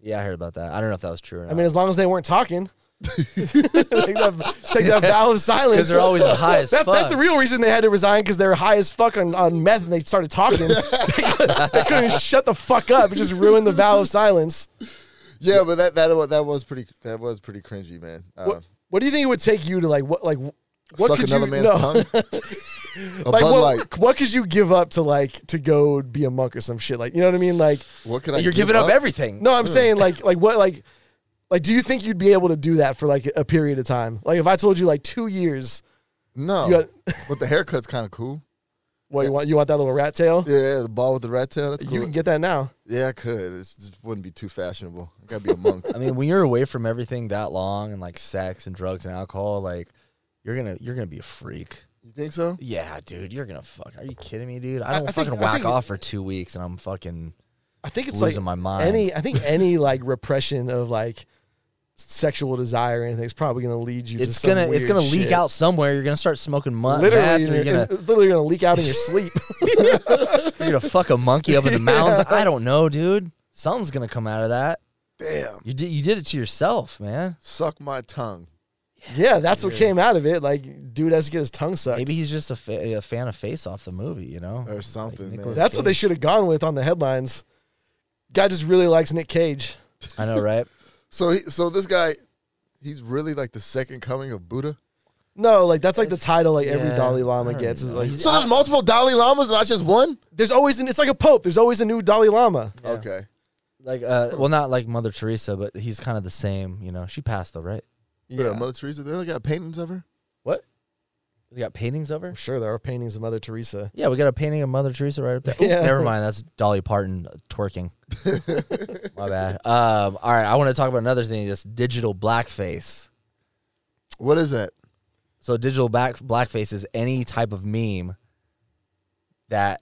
B: Yeah, I heard about that. I don't know if that was true or not.
A: I mean, as long as they weren't talking. take that, take that vow of silence.
B: because they're always the highest.
A: That's, that's the
B: fuck.
A: real reason they had to resign because they were high as fuck on, on meth and they started talking. they, couldn't, they couldn't shut the fuck up. It just ruined the vow of silence.
C: Yeah, but that that wa- that was pretty that was pretty cringy, man. Uh,
A: What, what do you think it would take you to like what like what
C: suck
A: could
C: another
A: you
C: man's
A: no.
C: tongue. a
A: like
C: Bud
A: what,
C: Light.
A: what could you give up to like to go be a monk or some shit like you know what I mean like
C: What could I?
B: You're
C: give
B: giving up everything.
A: no I'm saying like like what like like do you think you'd be able to do that for like a period of time like if I told you like two years
C: No,
B: Oh.
A: you got
C: but the haircut's kind of cool.
A: what you want you want that little rat tail
C: Yeah, the ball with the rat tail. That's cool.
A: you can get that now
C: yeah, I could. It's, it wouldn't be too fashionable. I gotta be a monk.
B: I mean, when you're away from everything that long and like sex and drugs and alcohol, like you're gonna you're gonna be a freak.
C: you think so?
B: Yeah, dude, you're gonna fuck. Are you kidding me, dude? I don't
A: I think-
B: fucking
A: I
B: whack
A: think-
B: off for two weeks and I'm fucking
A: I think it's
B: losing
A: like
B: my mind.
A: any I think any like repression of like sexual desire or anything is probably gonna lead you to
B: it's
A: some
B: gonna it's
A: weird
B: gonna leak
A: shit.
B: out somewhere. You're gonna start smoking mud.
A: literally
B: Literally, you're
A: in-
B: gonna
A: literally gonna leak out in your sleep
B: you're gonna fuck a monkey up in the mountains. I don't know, dude. Something's gonna come out of that.
C: Damn,
B: You did you did it to yourself, man.
C: suck my tongue.
A: yeah that's what came out of it like dude has to get his tongue sucked
B: Maybe he's just a, fa- a fan of Face Off the movie, you know,
C: Or something, man.
B: Nicolas
A: That's what they
B: Cage.
A: should have gone with on the headlines. Guy just really likes Nick Cage.
B: I know, right?
C: So he, so this guy, he's really like the second coming of Buddha.
A: No, like that's like the title like every
B: Yeah,
A: Dalai
B: I
A: Lama
B: don't
A: gets is
B: know.
A: like
B: He's-
C: So there's multiple Dalai Lamas, not just one.
A: there's always an, it's like a pope. There's always a new Dalai Lama.
B: Yeah.
C: Okay.
B: Like, uh, well, not like Mother Teresa, but he's kind of the same. You know, she passed though, right?
C: Yeah, Mother Teresa. They only got paintings of her.
B: What? We got paintings of her.
A: I'm sure there are paintings of Mother Teresa.
B: Yeah, we got a painting of Mother Teresa right up there. Oop,
A: Yeah.
B: Never mind, that's Dolly Parton uh, twerking. My bad. Um, all right, I want to talk about another thing, this digital blackface.
C: What is that?
B: So digital back blackface is any type of meme that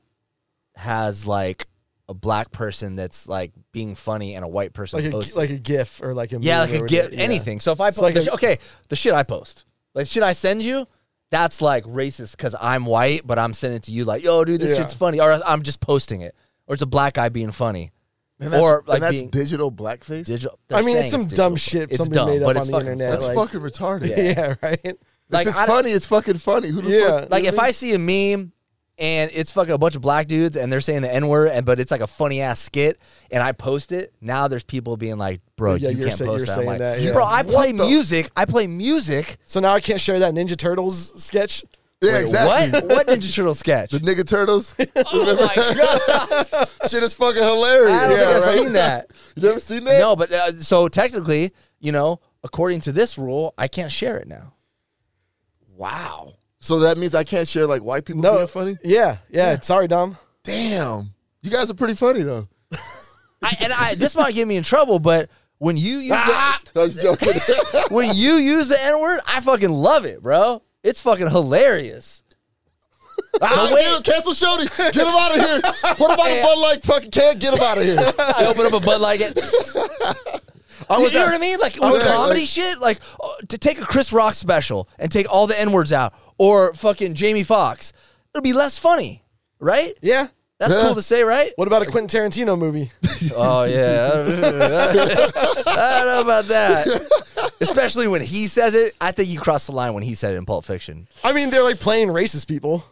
B: has like a black person that's like being funny and a white person
A: Like a
B: posting.
A: like a GIF or like a
B: yeah,
A: meme
B: like
A: or
B: a gift,
A: whatever. Yeah.
B: anything. So if I post,
A: like
B: the
A: a-
B: shi- okay, the shit I post, like shit I send you, that's like racist because I'm white, but I'm sending it to you like, yo, dude, this
A: Yeah.
B: shit's funny, or I'm just posting it, or it's a black guy being funny,
C: And that's,
B: or like
C: and that's
B: being
C: digital blackface.
B: digital.
A: I mean, it's
B: saying
A: some dumb
B: digital,
A: shit
B: It's
A: somebody
B: dumb,
A: made up on
B: but it's
A: the
B: fucking
A: internet,
B: funny.
C: that's
A: like-
C: fucking retarded.
A: Yeah, right.
B: Like,
C: if it's
B: I don't-
C: funny, it's fucking funny. Who the
A: Yeah.
C: fuck?
B: Like if
C: really?
B: I see a meme and it's fucking a bunch of black dudes and they're saying the N word, and but it's like a funny ass skit, and I post it. Now there's people being like, "Bro,
A: Yeah,
B: you
A: you're
B: can't
A: say- you're
B: post that." I'm
A: saying
B: like,
A: that, yeah.
B: "Bro, I play
C: the-
B: music. I play music."
A: So now I can't share that Ninja Turtles sketch.
C: Yeah,
B: Wait,
C: exactly.
B: What? What Ninja Turtle sketch?
C: The nigga turtles.
B: oh my god!
C: Shit is fucking hilarious.
B: I don't
C: Yeah,
B: think I've
C: right?
B: seen that.
C: You never seen that?
B: No, but uh, so technically, you know, according to this rule, I can't share it now.
C: Wow. So that means I can't share like white people
A: No,
C: being funny.
A: Yeah, yeah. Sorry, Dom.
C: Damn, you guys are pretty funny though.
B: I, and I, this might get me in trouble, but when you use
A: Ah!
B: the,
C: I was joking.
B: when you use the N word, I fucking love it, bro. It's fucking hilarious.
C: Ah,
B: wait.
C: dude, cancel Shody. Get him out of here. What about a Bud Light fucking can? Get him out of here.
B: I open up a Bud Light. Get,
C: I
B: you
C: was
B: know
C: at-
B: what I mean? Like
C: I
B: with
C: was at,
B: comedy
C: like-
B: shit, like oh, to take a Chris Rock special and take all the N words out, or fucking Jamie Foxx, it'll be less funny, right?
A: Yeah.
B: That's
C: Yeah.
B: cool to say, right?
A: What about a Quentin Tarantino movie?
B: Oh yeah, I don't know about that. Especially when he says it, I think you crossed the line when he said it in Pulp Fiction.
A: I mean, they're like playing racist people.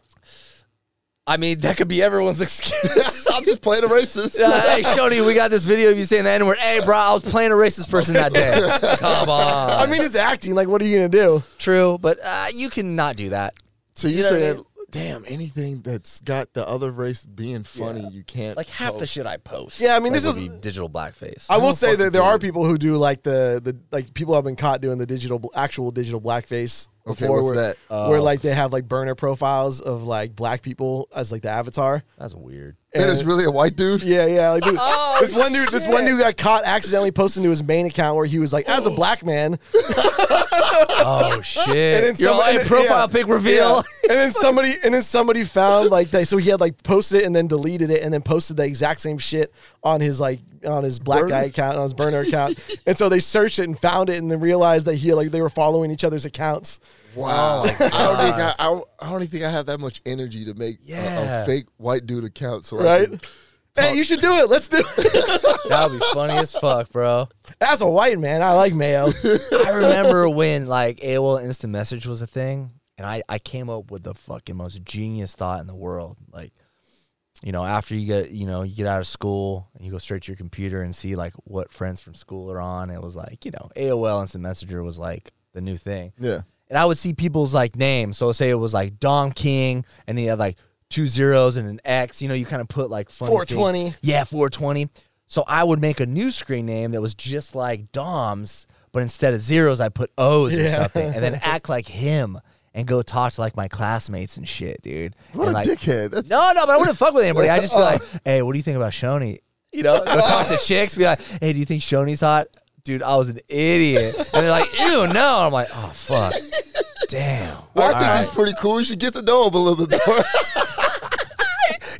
B: I mean, that could be everyone's excuse.
C: I'm just playing a racist.
B: Uh, hey, Shoney, we got this video of you saying the N word. Hey, bro, I was playing a racist person that day. Come on.
A: I mean, it's acting. Like, what are you gonna do?
B: True, but uh, you cannot do that.
C: So you
B: You know what I
C: saying,
B: mean?
C: damn, anything that's got the other race being funny, you can't.
B: Like half the shit I post.
A: Yeah, I mean,
B: like,
A: this
B: would
A: is-
B: be digital blackface.
A: I will
C: don't
A: say
C: fucking
A: that there are
C: do it.
A: people who do like the the like people have been caught doing the digital bl- actual digital blackface.
C: Okay,
A: before
C: what's
A: where,
C: that?
A: where like they have like burner profiles of like black people as like the avatar.
B: That's weird.
C: that is
A: And-
C: really a white dude.
A: Yeah, yeah. Like, dude,
B: Oh,
A: this one dude, this one
B: shit.
A: dude got caught accidentally posting to his main account where he was like, as a black man,
B: Oh shit!
A: and then
B: Your
A: some- and
B: like,
A: then-
B: profile
A: yeah.
B: pic reveal.
A: Yeah. and then somebody and then somebody found like they so he had like posted it and then deleted it and then posted the exact same shit on his like on his black
C: Burner?
A: guy account on his burner account and so they searched it and found it and then realized that he like they were following each other's accounts
C: Wow. I, don't think I, I, don't- I don't think I have that much energy to make a- a,
B: Yeah.
C: fake white dude account. So I
A: right
C: can,
A: hey you should do it let's do it
B: That would be funny as fuck, bro.
A: as a white man I like mayo
B: I remember when like AOL Instant Message was a thing, and I I came up with the fucking most genius thought in the world. Like, you know, after you get you know you get out of school and you go straight to your computer and see like what friends from school are on. It was like you know AOL Instant Messenger was like the new thing,
C: yeah.
B: and I would see people's like names. So say it was like Dom King, and he had like two zeros and an X. You know, you kind of put like funny things-
A: 420.
B: yeah, 420. So I would make a new screen name that was just like Dom's, but instead of zeros, I put O's or
A: Yeah.
B: something, and then act like him and go talk to like my classmates and shit, dude.
C: What
B: And,
C: a
B: like,
C: dickhead. That's
B: No, no, but I wouldn't fuck with anybody. I'd just be like, hey, what do you think about Shoney? You know, go talk to chicks, be like, hey, do you think Shoney's hot? Dude, I was an idiot. And they're like, ew, no. I'm like, oh, fuck. Damn.
C: Well, I
B: All
C: think
B: right.
C: he's pretty cool. You should get to know him a little bit more.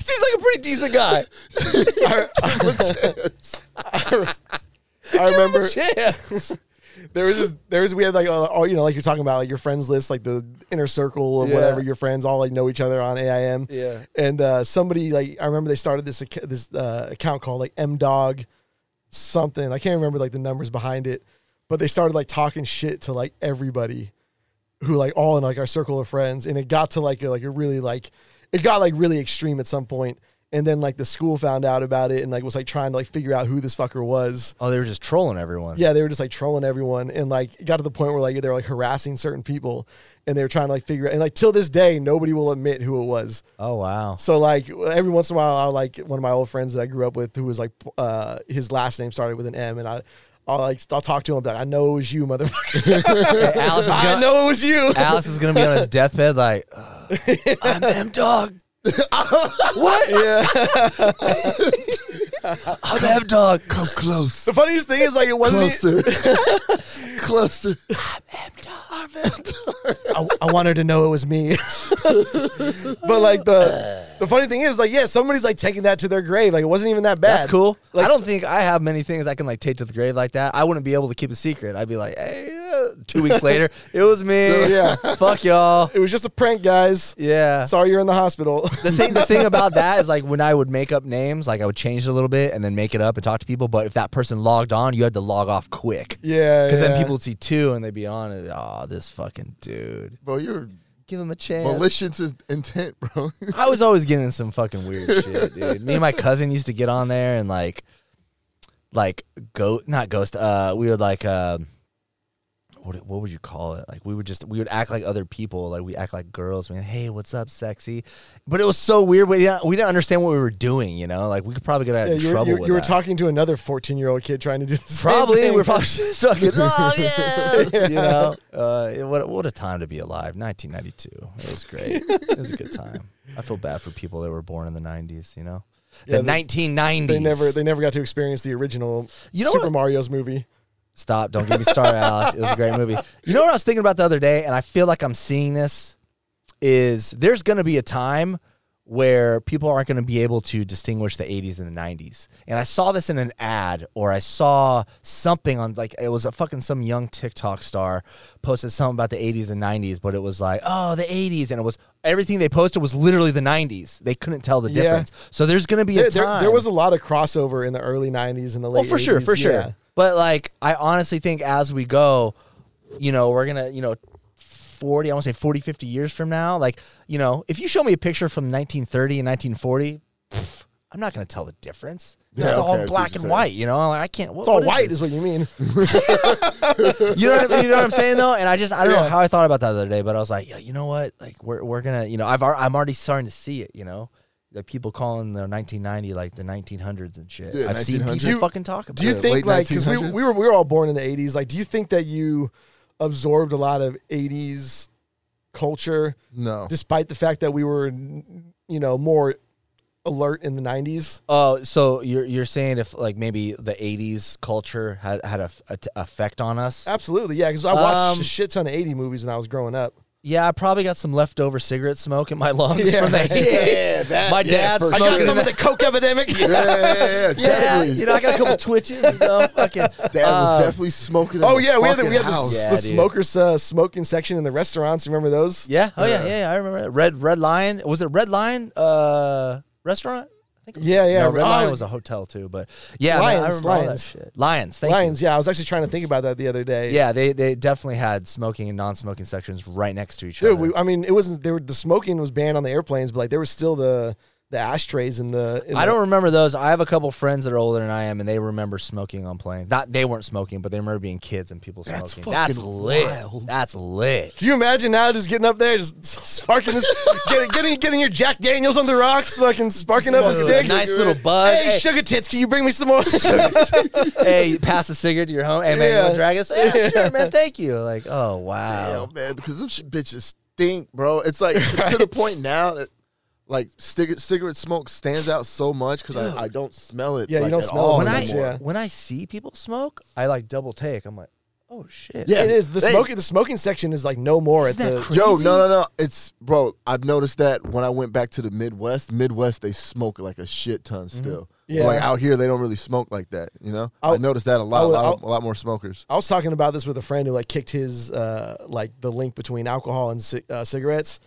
B: Seems like a pretty decent guy.
A: I remember
B: Yeah.
A: there was this there was we had like uh, all you know like you're talking about like your friends list like the inner circle of
C: Yeah.
A: whatever your friends all like know each other on AIM
C: Yeah.
A: and uh, somebody like I remember they started this acc- this uh, account called like M Dog something I can't remember like the numbers behind it but they started like talking shit to like everybody who like all in like our circle of friends and it got to like a, like a really like it got like really extreme at some point and then like the school found out about it and like was like trying to like figure out who this fucker was
B: Oh, they were just trolling everyone.
A: yeah, they were just like trolling everyone, and like it got to the point where like they were like harassing certain people, and they were trying to like figure out. And like till this day, nobody will admit who it was.
B: Oh, wow.
A: So like every once in a while, I will like one of my old friends that I grew up with, who was like p- uh, his last name started with an M, and I. I'll like I'll talk to him about I know it was you, motherfucker.
B: Alice is
A: I
B: gonna-
A: know it was you.
B: Alice is gonna be on his deathbed, like, "Ugh, I'm M Dog. what?
A: Yeah.
B: I'm M Dog.
C: Come close.
A: The funniest thing is like it wasn't. e-
C: Closer. Closer.
A: I, I want her to know it was me. but like the the funny thing is like yeah, somebody's like taking that to their grave. Like it wasn't even that bad.
B: That's cool.
A: Like,
B: I don't think I have many things I can like take to the grave like that. I wouldn't be able to keep a secret. I'd be like, hey, uh," two weeks later, it was me.
A: Oh, Yeah.
B: Fuck y'all.
A: It was just a prank, guys.
B: Yeah.
A: Sorry you're in the hospital.
B: the thing the thing about that is like when I would make up names, like I would change it a little bit and then make it up and talk to people. But if that person logged on, you had to log off quick.
A: yeah.
B: Because
A: yeah.
B: then people would see two and they'd be on it. Oh, this fucking dude.
C: Bro, you're
B: give him a chance.
C: Malicious in- intent, bro.
B: I was always getting in some fucking weird shit, dude. Me and my cousin used to get on there and like, like go not ghost. Uh, we would like, uh, what what would you call it? Like we would just we would act like other people. Like we act like girls. Man, hey, what's up, sexy? But it was so weird. We didn't, we didn't understand what we were doing. You know, like we could probably get out
A: Yeah,
B: of
A: you, were,
B: trouble.
A: you,
B: with
A: you were
B: that.
A: talking to another 14 year old kid trying to do the same
B: Probably
A: thing.
B: we're probably just fucking. Oh yeah, you know. Uh, what what a time to be alive. 1992. It was great. it was a good time. I feel bad for people that were born in the 90s. You know,
A: Yeah,
B: the
A: they-
B: 1990s.
A: they never they never got to experience the original
B: You know
A: Super
B: what-
A: Mario's movie.
B: Stop! Don't get me started, Alex. It was a great movie. You know what I was thinking about the other day, and I feel like I'm seeing this. Is there's going to be a time where people aren't going to be able to distinguish the 80s and the 90s? And I saw this in an ad, or I saw something on like it was a fucking some young TikTok star posted something about the 80s and 90s, but it was like oh the 80s, and it was everything they posted was literally the 90s. They couldn't tell the
A: Yeah.
B: difference. So there's going to be
A: There,
B: a
A: there-
B: time
A: there was a lot of crossover in the early 90s and the late
B: well, for sure,
A: 80s,
B: for sure.
A: yeah.
B: But like, I honestly think as we go, you know, we're gonna, you know, 40, I want to say 40, 50 years from now, like, you know, if you show me a picture from 1930 and 1940, pff, I'm not gonna tell the difference.
C: Yeah,
B: it's
C: okay, I see
B: all
C: what
B: black
C: you're
B: and
C: saying.
B: white, you know. Like, I can't. What,
A: It's all
B: what
A: white is
B: Is
A: what you mean.
B: this? you know, what, I mean? you know what I'm saying though. And I just, I don't know
A: Yeah.
B: how I thought about that the other day, but I was like, yeah, you know what? Like, we're we're gonna, you know, I've al- I'm already starting to see it, you know. The people calling the 1990 like the 1900s and shit.
C: Yeah,
B: I've seen
C: 1900s.
B: people
A: Do you-
B: fucking talk about.
A: Do you
B: it.
C: Yeah,
A: think
C: late
A: like because we,
C: 1900s?
A: we were we were all born in the 80s, like do you think that you absorbed a lot of 80s culture
C: no.
A: despite the fact that we were you know more alert in the 90s?
B: Oh, so you're you're saying if like maybe the '80s culture had had a, f- a t- effect on us?
A: Absolutely, yeah. Because I watched
B: Um,
A: a shit ton of eighty movies when I was growing up.
B: Yeah, I probably got some leftover cigarette smoke in my lungs
A: Yeah.
B: from the '80s.
C: Yeah, that.
B: My
C: yeah,
B: dad
C: for
B: smoked
C: sure.
B: it.
A: the coke epidemic.
C: Yeah, yeah, yeah,
B: Yeah,
C: definitely.
B: you know, I got a couple twitches. You know, fucking.
C: Dad
B: um,
C: was definitely smoking. in
A: oh
C: the
A: yeah, we had the, we had
C: fucking
A: the,
C: house.
B: Yeah,
A: the
B: dude.
A: smokers uh, smoking section in the restaurants. Remember those?
B: Yeah. Oh yeah.
C: Yeah.
B: Yeah. I remember that. Red Red Lion. Was it Red Lion uh, restaurant? I think. it was-
A: Yeah, yeah.
B: No, Red
A: Oh,
B: Lion was a hotel too, but yeah, man, I
A: Lions,
B: remember all that
A: Lions.
B: shit. Lions. Thank you.
A: Lions. Yeah, I was actually trying to think about that the other day.
B: Yeah, they they definitely had smoking and non-smoking sections right next to each
A: Dude,
B: other.
A: we, I mean, it wasn't. They were the smoking was banned on the airplanes, but like there was still the the ashtrays in the. In
B: I
A: the-
B: don't remember those. I have a couple friends that are older than I am, and they remember smoking on planes. Not they weren't smoking, but they remember being kids and people smoking.
C: That's
B: That's
C: fucking
B: lit.
C: wild.
B: That's lit.
A: Can you imagine now just getting up there, just sparking this, getting, getting getting your Jack Daniels on the rocks, fucking sparking up a
B: Ooh,
A: cig.
B: nice little bud.
A: Hey,
B: Hey,
A: sugar tits, can you bring me some more?
B: hey, pass the cigarette to your home. Hey, man, you
A: Yeah.
B: want drag us? Yeah, sure, man. Thank you. Like, oh wow.
C: Damn, man, because them shit bitches stink, bro. It's like it's to the point now that like cig- cigarette smoke stands out so much because I, I don't smell it.
A: Yeah, you
C: like,
A: don't
C: at
A: smell
C: all
A: it
B: When I
A: much,
C: anymore.
A: yeah.
B: when I see people smoke, I like double take. I'm like, oh shit.
C: Yeah.
A: It is the
C: They-
A: smoking. The smoking section is like no more at
B: Isn't that
A: the.
B: crazy?
C: Yo, no, no, no. It's bro. I've noticed that when I went back to the Midwest, Midwest they smoke like a shit ton still.
A: Mm-hmm. Yeah.
C: Like out here, they don't really smoke like that. You know, i
A: I'll-
C: noticed that a lot, a
A: I'll-
C: lot, a lot more smokers.
A: I was talking about this with a friend who like kicked his uh like the link between alcohol and ci- uh, cigarettes,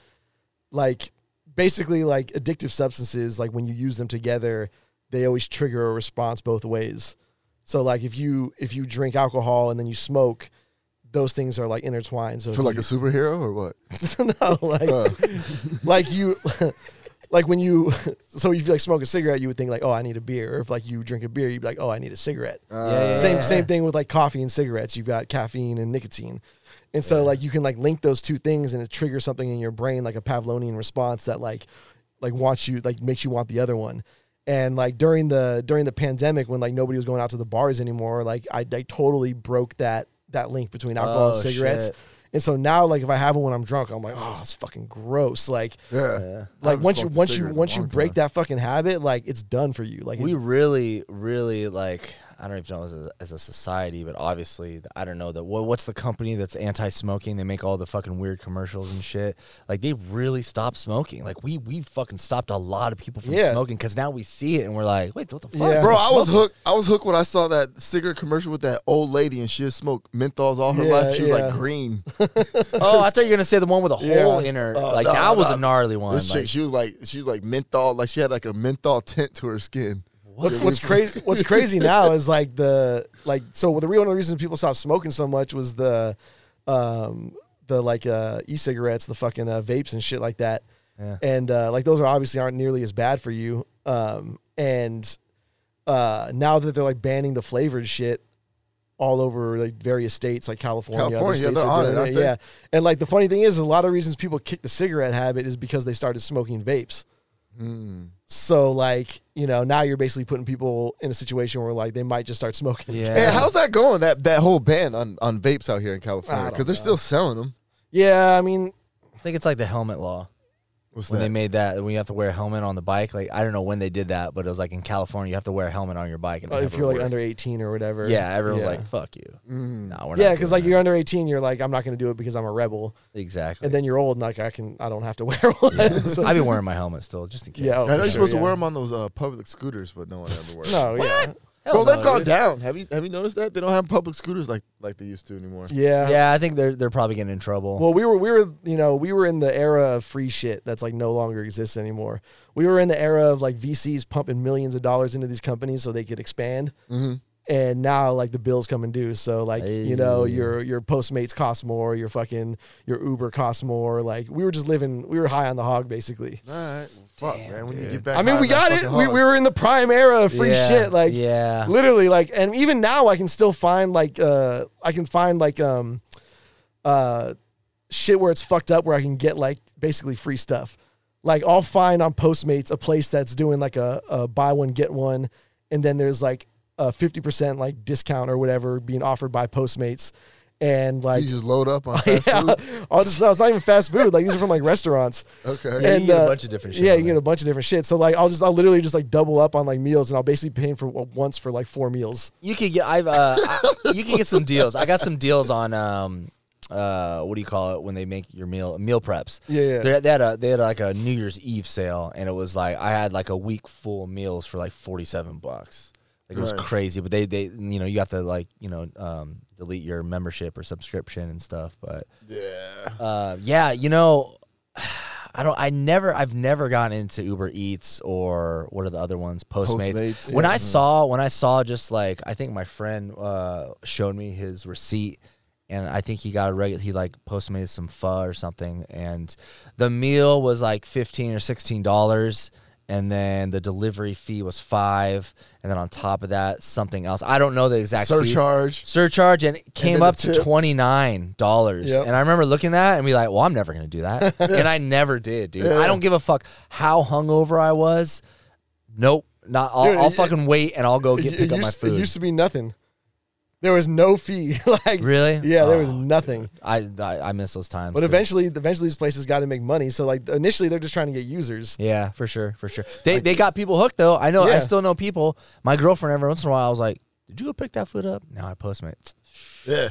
A: like basically like addictive substances like when you use them together, they always trigger a response both ways. So like if you if you drink alcohol and then you smoke, those things are like intertwined. So if
C: Feel like a
A: you,
C: superhero or what?
A: no like
C: Uh,
A: like you like when you so if you like smoke a cigarette you would think like oh i need a beer or if like you drink a beer you'd be like oh i need a cigarette
B: yeah,
C: Uh,
B: yeah.
A: same same thing with like coffee and cigarettes you've got caffeine and nicotine and so like you can like link those two things and it triggers something in your brain like a pavlonian response that like like wants you like makes you want the other one and like during the during the pandemic when like nobody was going out to the bars anymore like i, I totally broke that that link between alcohol
B: Oh,
A: and cigarettes
B: shit.
A: and so now like if i have it when i'm drunk i'm like oh it's fucking gross like
C: yeah.
B: Yeah.
A: like
C: haven't
A: once you
C: smoked a
A: once you
C: cigarette in a
A: once you
C: long
A: break
C: time.
A: that fucking habit, like it's done for you. Like
B: we
A: it-
B: really, really like. I don't even know as a, as a society, but obviously, I don't know that. What, what's the company that's anti-smoking? They make all the fucking weird commercials and shit. Like they really stopped smoking. Like we we fucking stopped a lot of people from
A: Yeah.
B: smoking because now we see it and we're like, wait, what the fuck,
A: Yeah.
C: Bro, I was hooked. I was hooked when I saw that cigarette commercial with that old lady, and she had smoked menthols all her
A: Yeah,
C: life. She was
A: yeah.
C: like green.
B: Oh, I thought you were gonna say the one with a hole
A: Yeah.
B: in her.
A: Oh,
B: like
C: no,
B: that was
C: no.
B: a gnarly one.
C: This
B: like-
C: chick, she was like, she was like menthol. Like she had like a menthol tint to her skin.
A: what's, what's crazy what's crazy now is like the like so the real one of the reasons people stopped smoking so much was the um the like uh, e-cigarettes, the fucking uh, vapes and shit like that.
B: Yeah.
A: And uh, like those are obviously aren't nearly as bad for you. Um, and uh, now that they're like banning the flavored shit all over like various states, like California, other
C: California, yeah,
A: states
C: they're
A: are
C: on
A: doing
C: it, aren't they?
A: yeah. And like the funny thing is, a lot of reasons people kick the cigarette habit is because they started smoking vapes.
C: Mm.
A: So like you know now you're basically putting people in a situation where like they might just start smoking.
B: Yeah.
C: Hey, how's that going? That that whole ban on, on vapes out here in California
A: I don't
C: because they're still selling them.
A: Yeah, I mean
B: I think it's like the helmet law.
C: What's
B: when
C: that?
B: they made that when you have to wear a helmet on the bike. Like I don't know when they did that, but it was like in California you have to wear a helmet on your bike. And
A: uh, if
B: never
A: you're like
B: worked.
A: under 18 or whatever.
B: yeah, everyone's
A: yeah.
B: like, "Fuck you."
C: Mm.
B: No, we're not.
A: Yeah, because like
B: doing
A: you're under 18, you're like I'm not going to do it because I'm a rebel,
B: that. exactly.
A: and then you're old and like I can I don't have to wear one. so,
B: I've been wearing my helmet still, just in case.
A: Yeah, oh,
C: I know
A: for
C: you're supposed
A: sure,
C: to wear
A: yeah.
C: them on those uh, public scooters, but no one ever wears.
A: no,
C: them.
A: yeah,
B: Hell
C: well, they've
B: no,
C: gone
B: dude.
C: down. Have you have you noticed that they don't have public scooters like like they used to anymore?
A: yeah,
B: Yeah, I think they're they're probably getting in trouble.
A: Well, we were we were you know we were in the era of free shit that's like no longer exists anymore. We were in the era of like VCs pumping millions of dollars into these companies so they could expand.
C: Mhm.
A: And now like the bills come and due, so like you know
B: Hey.
A: your your Postmates cost more, your fucking your Uber costs more. Like we were just living, we were high on the hog basically.
C: All right, fuck,
B: Damn,
C: man. When you
B: dude.
C: get back,
A: I mean,
C: high
A: we
C: on that
A: got it.
C: fucking
A: We,
C: hog.
A: we were in the prime era of free
B: Yeah,
A: shit. Like,
B: yeah,
A: literally, like, and even now, I can still find like, uh, I can find like, um, uh, shit where it's fucked up where I can get like basically free stuff. Like, I'll find on Postmates a place that's doing like a, a buy one get one, and then there's like a fifty percent like discount or whatever being offered by Postmates, and
C: So
A: like.
C: you just load up on fast
A: yeah,
C: food.
A: I'll just, no, it's not even fast food. Like, these are from like restaurants.
C: Okay.
B: Yeah, you
A: and,
B: get a
A: uh,
B: bunch of different shit
A: Yeah,
B: on
A: you
B: there.
A: get a bunch of different shit. So like, I'll just I'll literally just like double up on like meals, and I'll basically paying for uh, once for like four meals.
B: you could get I've uh, I- you can get some deals. I got some deals on um uh what do you call it when they make your meal meal preps.
A: Yeah, yeah.
B: They, they had a they had like a New Year's Eve sale and it was like I had like a week full of meals for like 47 bucks. Like it was
C: Right.
B: crazy, but they they you know, you have to like, you know, um delete your membership or subscription and stuff, but
C: Yeah.
B: uh, yeah, you know, I don't. I never. I've never gotten into Uber Eats or what are the other ones? Postmates.
C: Postmates,
B: When
C: yeah. Mm-hmm.
B: I saw, when I saw, just like I think my friend uh, showed me his receipt, and I think he got a regular. He like Postmates some pho or something, and the meal was like fifteen or sixteen dollars. And then the delivery fee was five, and then on top of that, something else. I don't know the exact fees
C: Surcharge.
B: surcharge and it came
C: then the
B: up to
C: tip.
B: twenty nine dollars.
A: Yep.
B: And I remember looking at that and be like, "Well, I'm never gonna do that," and I never did, dude. I don't give a fuck how hungover I was. Nope, not. I'll,
A: Dude,
B: I'll
A: it-
B: fucking wait and I'll go
A: It,
B: get
A: it
B: pick up my
A: used, it
B: food.
A: used to be nothing. There was no fee. like
B: Really?
A: Yeah, there was
B: Oh,
A: nothing.
B: I, I I miss those times.
A: But
B: 'cause-
A: eventually, eventually these places got to make money. So like initially, they're just trying to get users.
B: Yeah, for sure, for sure. They they got people hooked though. I know. I
A: Yeah.
B: still know people. My girlfriend every once in a while I was like, "Did you go pick that food up?" Now I Postmates.
C: Yeah.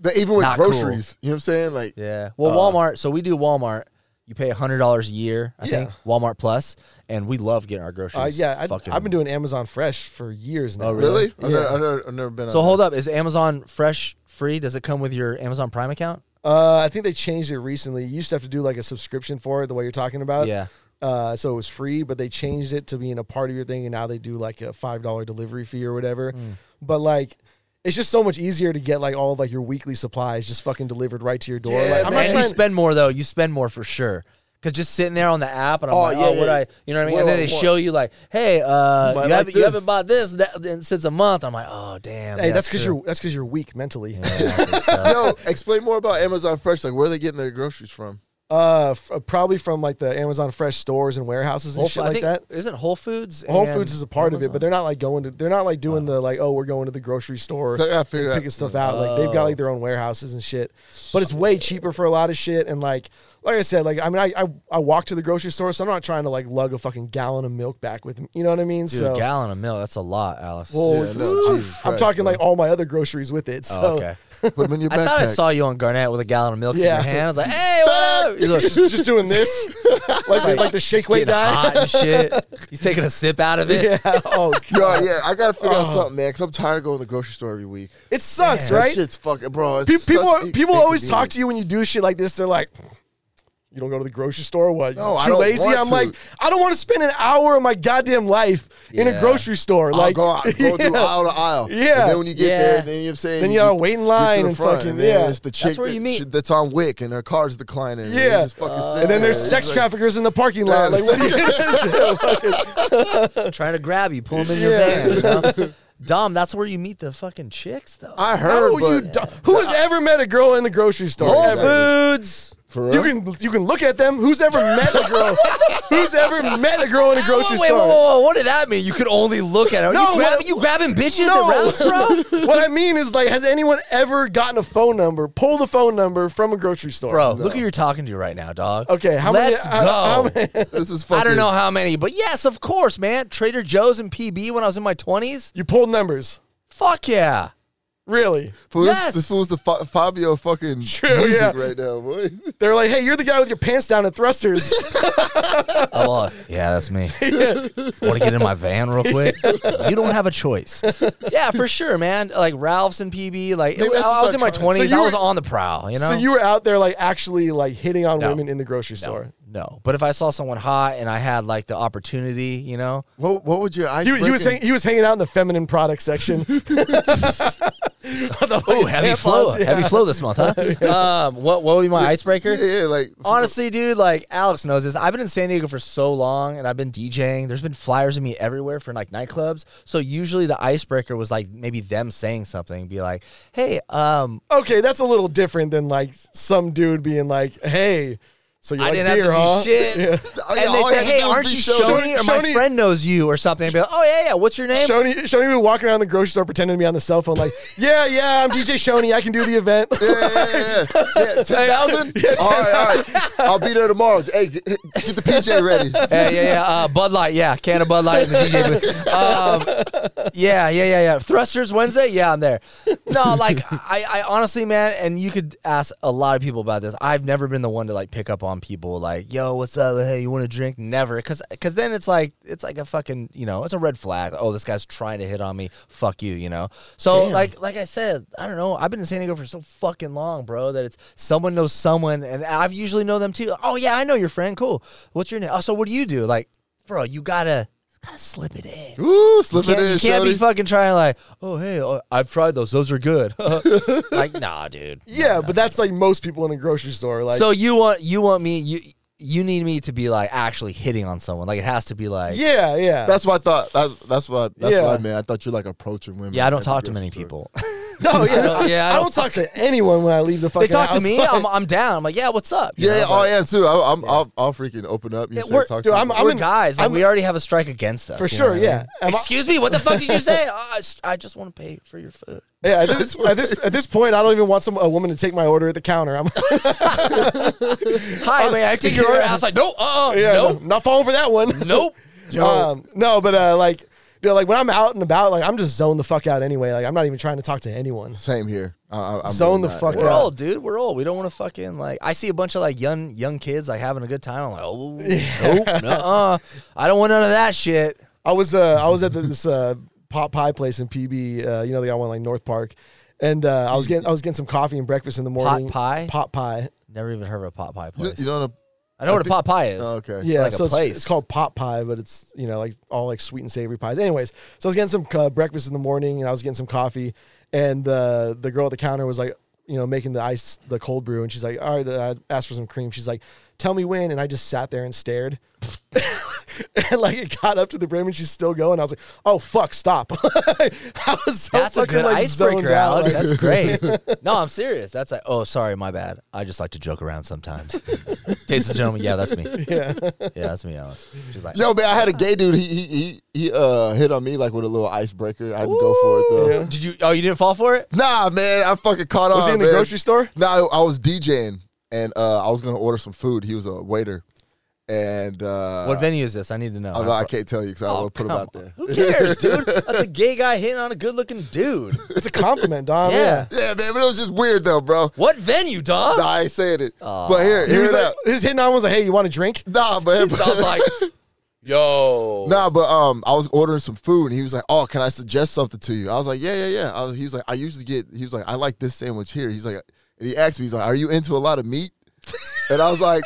C: They- even with
B: Not cool.
C: groceries, you know what I'm saying? Like,
B: Yeah. Well,
A: Uh,
B: Walmart. So we do Walmart. You pay hundred dollars a year, I think.
A: Yeah.
B: Walmart Plus, and we love getting our
A: Uh,
B: groceries.
A: yeah, I,
B: fucking.
A: I've been doing Amazon Fresh for years now.
B: Oh,
C: really? I've,
A: Yeah.
C: never, I've, never, I've never been.
B: So
C: on
B: hold
C: that.
B: up, is Amazon Fresh free? Does it come with your Amazon Prime account?
A: Uh, I think they changed it recently. You used to have to do like a subscription for it, the way you're talking about.
B: Yeah.
A: Uh, so it was free, but they changed it to being a part of your thing, and now they do like a five dollar delivery fee or whatever.
B: Hmm.
A: But like, it's just so much easier to get like all of like your weekly supplies just fucking delivered right to your door.
C: Yeah,
A: like, I'm not
B: and you
A: trying.
B: spend more though. You spend more for sure. Cause just sitting there on the app, and I'm
C: Oh,
B: like,
C: yeah,
B: oh, what
C: yeah.
B: I, you know what I mean? and then
C: What do I
B: they
C: want?
B: show you like, hey, uh, you,
C: Might like
B: haven't, you
C: this.
B: haven't bought this na- since a month. I'm like, oh damn.
A: hey, that's because
B: true.
A: you're that's because you're weak mentally.
B: Yeah, I think so.
C: Yo, explain more about Amazon Fresh. Like, where are they getting their groceries from?
A: Uh, f- probably from like the Amazon Fresh stores and warehouses and
B: Whole,
A: shit
B: Fo- I
A: like
B: think
A: that.
B: isn't Whole Foods?
A: Whole
B: and
A: Foods is a part of it,
B: Amazon?
A: but they're not like going to. They're not like doing the like, oh, we're going to the grocery store.
C: So I gotta figure out-
A: picking stuff out. Like they've got like their own warehouses and shit. But it's way cheaper for a lot of shit. And like, like I said, like I mean, I I, I walk to the grocery store, so I'm not trying to like lug a fucking gallon of milk back with me. You know what I mean?
B: Dude,
A: so
B: a gallon of milk, that's a lot, Alice.
A: well,
C: Yeah, no, Jesus
A: I'm
C: Christ,
A: talking
C: bro.
A: like all my other groceries with it. So
B: oh, okay.
C: Put them in your
B: I thought I
C: backpack.
B: saw you on Garnett with a gallon of milk in
A: Yeah.
B: your hand. I was like, hey, what up? He's like,
A: just, just doing this, like the, like the shake weight
B: getting
A: guy.
B: hot and shit. He's taking a sip out of it.
A: Yeah. Oh,
C: Yo, yeah, I gotta figure out something, man. Cause I'm tired of going to the grocery store every week.
A: it sucks,
C: That
A: right?
C: shit's fucking, bro.
A: Pe- people are, people always talk to you when you do shit like this. They're like, You don't go to the grocery store? What?
C: No,
A: too
C: I don't
A: lazy?
C: want
A: I'm
C: to.
A: like, I don't want to spend an hour of my goddamn life in a
B: Yeah.
A: grocery store.
C: I'll
A: like,
C: go, out, go
A: Yeah.
C: through aisle to aisle.
A: Yeah.
C: And then when you get
B: Yeah.
C: there, then you know what I'm saying?
A: Then you gotta wait in
C: get to
A: line
C: the
A: and
C: front,
A: fucking-
C: and then
A: yeah.
C: it's the chick
B: That's where
C: that-
B: you meet.
C: she- that's on Wick and her car's declining. and
A: Yeah. Uh,
C: you just fucking sit
A: and then
C: there.
A: there's sex
C: It's like,
A: traffickers in the parking lot.
C: Yeah,
A: Like, what are you gonna do?
B: trying to grab you, pull them in your
A: Yeah.
B: van. You know? Dom, that's where you meet the fucking chicks, though.
C: I heard,
A: No, you
C: but
A: don't. Who has ever met a girl in the grocery store?
C: Whole
A: Ever.
B: Foods.
C: for real?
A: You can you can look at them. Who's ever met a girl? who's ever met a girl in a grocery
B: wait, wait,
A: store?
B: Whoa, whoa, whoa. What did that mean? You could only look at her.
A: No,
B: you, grab,
A: what-
B: you grabbing bitches
A: No.
B: at rounds, bro?
A: What I mean is like, has anyone ever gotten a phone number? Pulled a phone number from a grocery store,
B: Bro, look who you're talking to right now, dog.
A: Okay, how many-
B: Let's
A: how-
B: go.
A: how many-
C: this is fucking
B: I don't know how many, but yes, of course, man. Trader Joe's and PB when I was in my 20s.
A: You pulled numbers,
B: Fuck yeah.
A: really?
C: Fool,
B: Yes.
C: This, this fool's the Fa- Fabio fucking
A: True,
C: music
A: yeah.
C: right now, boy.
A: They're like, hey, you're the guy with your pants down and thrusters.
B: I love it. Yeah, that's me. Want to get in my van real quick? You don't have a choice. Yeah, for sure, man. Like Ralph's and PB. Like
C: Maybe
B: I,
C: I
B: was
C: should start
B: in my
C: trying.
B: twenties.
A: So you
B: I was
A: were-
B: on the prowl. You know.
A: So you were out there like actually like hitting on
B: No.
A: women in the grocery store.
B: no, but if I saw someone hot and I had like the opportunity, you know,
C: What, what would your ice?
A: You, you was hang, you was hanging out in the feminine product section.
B: oh, heavy flow, heavy flow this month, huh? Um, what what would be my icebreaker?
C: Yeah, yeah, like
A: Oh.
B: Honestly, dude, like Alex knows this. I've been in San Diego for so long and I've been DJing. There's been flyers of me everywhere for like nightclubs. So usually the icebreaker was like maybe them saying something, be like, hey, um,
A: okay, that's a little different than like some dude being like, "Hey, so you
B: I
A: like
B: didn't
A: beer,
B: have to
A: huh?"
B: do shit.
A: Yeah.
C: Oh, yeah,
B: and they
C: all you
B: say,
C: had to
B: hey,
C: do was
B: aren't
C: be
B: you
C: Shoney.
B: Shoney? Or my
A: Shoney-
B: friend knows you or something. I'd be like, oh, yeah, yeah, what's your name?
A: Shoney, Shoney would be walking around the grocery store pretending to be on the cell phone, like, "Yeah, yeah, I'm DJ Shoney. I can do the event."
C: Yeah, yeah, yeah. yeah. Ten thousand. all right, all right. I'll be there tomorrow. Hey, get, get the PJ ready.
B: yeah, yeah, yeah. Uh, Bud Light, yeah. Can of Bud Light in the DJ booth. Uh, Um, yeah, yeah, yeah, yeah. Thrusters Wednesday, yeah, I'm there. No, like I, I honestly, man, and you could ask a lot of people about this. I've never been the one to like pick up on people like, yo, what's up? Hey, you want a drink? Never, because because then it's like it's like a fucking you know it's a red flag. Oh, this guy's trying to hit on me. Fuck you, you know. So like like I said, I don't know. I've been in San Diego for so fucking long, bro, that it's someone knows someone, and I've usually know them too. Oh yeah, I know your friend. Cool. What's your name? Oh, so what do you do? Like, bro, you gotta gotta slip it in.
C: Ooh, slip
B: Can't,
C: it in,
B: you can't be
C: shawty.
B: fucking trying like, oh hey, oh, I've tried those. Those are good. like, nah, dude.
A: yeah, but that's like most people in a grocery store. Like,
B: so you want you want me you you need me to be like actually hitting on someone. Like it has to be like
A: yeah, yeah.
C: That's what I thought. That's that's what I, that's
A: Yeah.
C: what I meant. I thought you like approaching women.
B: Yeah, I don't
C: at the
B: talk to
C: grocery
B: many
C: store.
B: people.
A: no, yeah. I don't,
B: yeah, I
A: I
B: don't
A: don't talk to anyone when I leave the
B: they
A: fucking.
B: talk to
A: house.
B: me.
A: Like,
B: I'm, I'm down. I'm like, yeah, what's up? You
C: Yeah, yeah,
B: know,
C: oh,
B: but
C: I am too. I, I'm, I'll, I'll freaking open up. You
B: Yeah,
C: say
B: we're-
C: talk
A: dude,
C: to
A: I'm-
C: me.
B: we're
A: in-
B: guys. Like
A: I'm-
B: we already have a strike against us.
A: for
B: you know
A: sure.
B: what I
A: Yeah.
B: mean?
A: Am I-
B: Excuse me. What the fuck did you say? "Oh, I s- I just want to pay for your food.
A: Yeah, at this, at this at this point, I don't even want some a woman to take my order at the counter. I'm
B: Hi, man. I take your order. I was like, no, uh, uh
A: Uh, yeah,
B: nope,
A: no, not falling for that one.
B: nope.
C: Yo.
A: Um, no, but uh, like, you know, like when I'm out and about, like I'm just zoned the fuck out anyway. Like I'm not even trying to talk to anyone.
C: Same here. I, I, I'm
A: Zone
C: really
A: the
C: not.
A: fuck
B: We're
A: Yeah.
B: old, dude. We're old. We don't want to fucking like. I see a bunch of like young young kids like having a good time. I'm like, oh, nope, no, uh, I don't want none of that shit.
A: I was uh, I was at this uh, pot pie place in PB. Uh, you know, they got one like North Park, and uh, I was getting I was getting some coffee and breakfast in the morning.
B: pie?
A: pot pie.
B: Never even heard of a pot pie
C: You,
B: place.
C: you know.
B: I know what a pot pie is.
C: Oh, okay.
A: Yeah,
B: Like a
A: so it's,
B: place.
A: it's called pot pie, but it's you know like all like sweet and savory pies. Anyways, so I was getting some uh, breakfast in the morning, and I was getting some coffee, and uh, the girl at the counter was like, you know, making the ice the cold brew, and she's like, all right, uh, I asked for some cream. She's like, tell me when, and I just sat there and stared. and like it got up to the brim and she's still going. I was like, "Oh fuck, stop!" I was so
B: That's a
A: fucking,
B: good
A: like, zoned
B: icebreaker,
A: out.
B: Alex.
A: Like,
B: That's great. No, I'm serious. That's like, oh, sorry, my bad. I just like to joke around sometimes. Taste the gentleman. Yeah, that's me. Yeah, that's me, Alex. She's like,
C: Yo, man, I had a gay dude. He he he, he uh, hit on me like with a little icebreaker. I didn't go for it though.
B: did you? Oh, you didn't fall for it?
C: Nah, man, I fucking caught on.
A: was he in the
C: man.
A: grocery store?
C: No, I, I was DJing and uh, I was gonna order some food. He was a waiter, and uh,
B: What Oh. venue is this? I need to know.
C: I, don't know, I can't tell you because I don't want to put him out there.
B: Who cares, dude? That's a gay guy hitting on a good-looking dude.
A: It's a compliment, Dom.
B: Yeah.
A: yeah.
C: Yeah, man, but it was just weird though, bro.
B: What venue, dog?
C: Nah, I ain't saying it. But here,
A: He was
C: here's that.
A: like, his hitting on was like, "Hey, you want a drink?"
C: Nah, man. But,
B: I was like, yo.
C: Nah, but um, I was ordering some food, and he was like, "Oh, can I suggest something to you?" I was like, "Yeah, yeah, yeah." I was, he was like, "I usually get." He was like, "I like this sandwich here." He's like, and he asked me, he's like, "Are you into a lot of meat?" And I was like,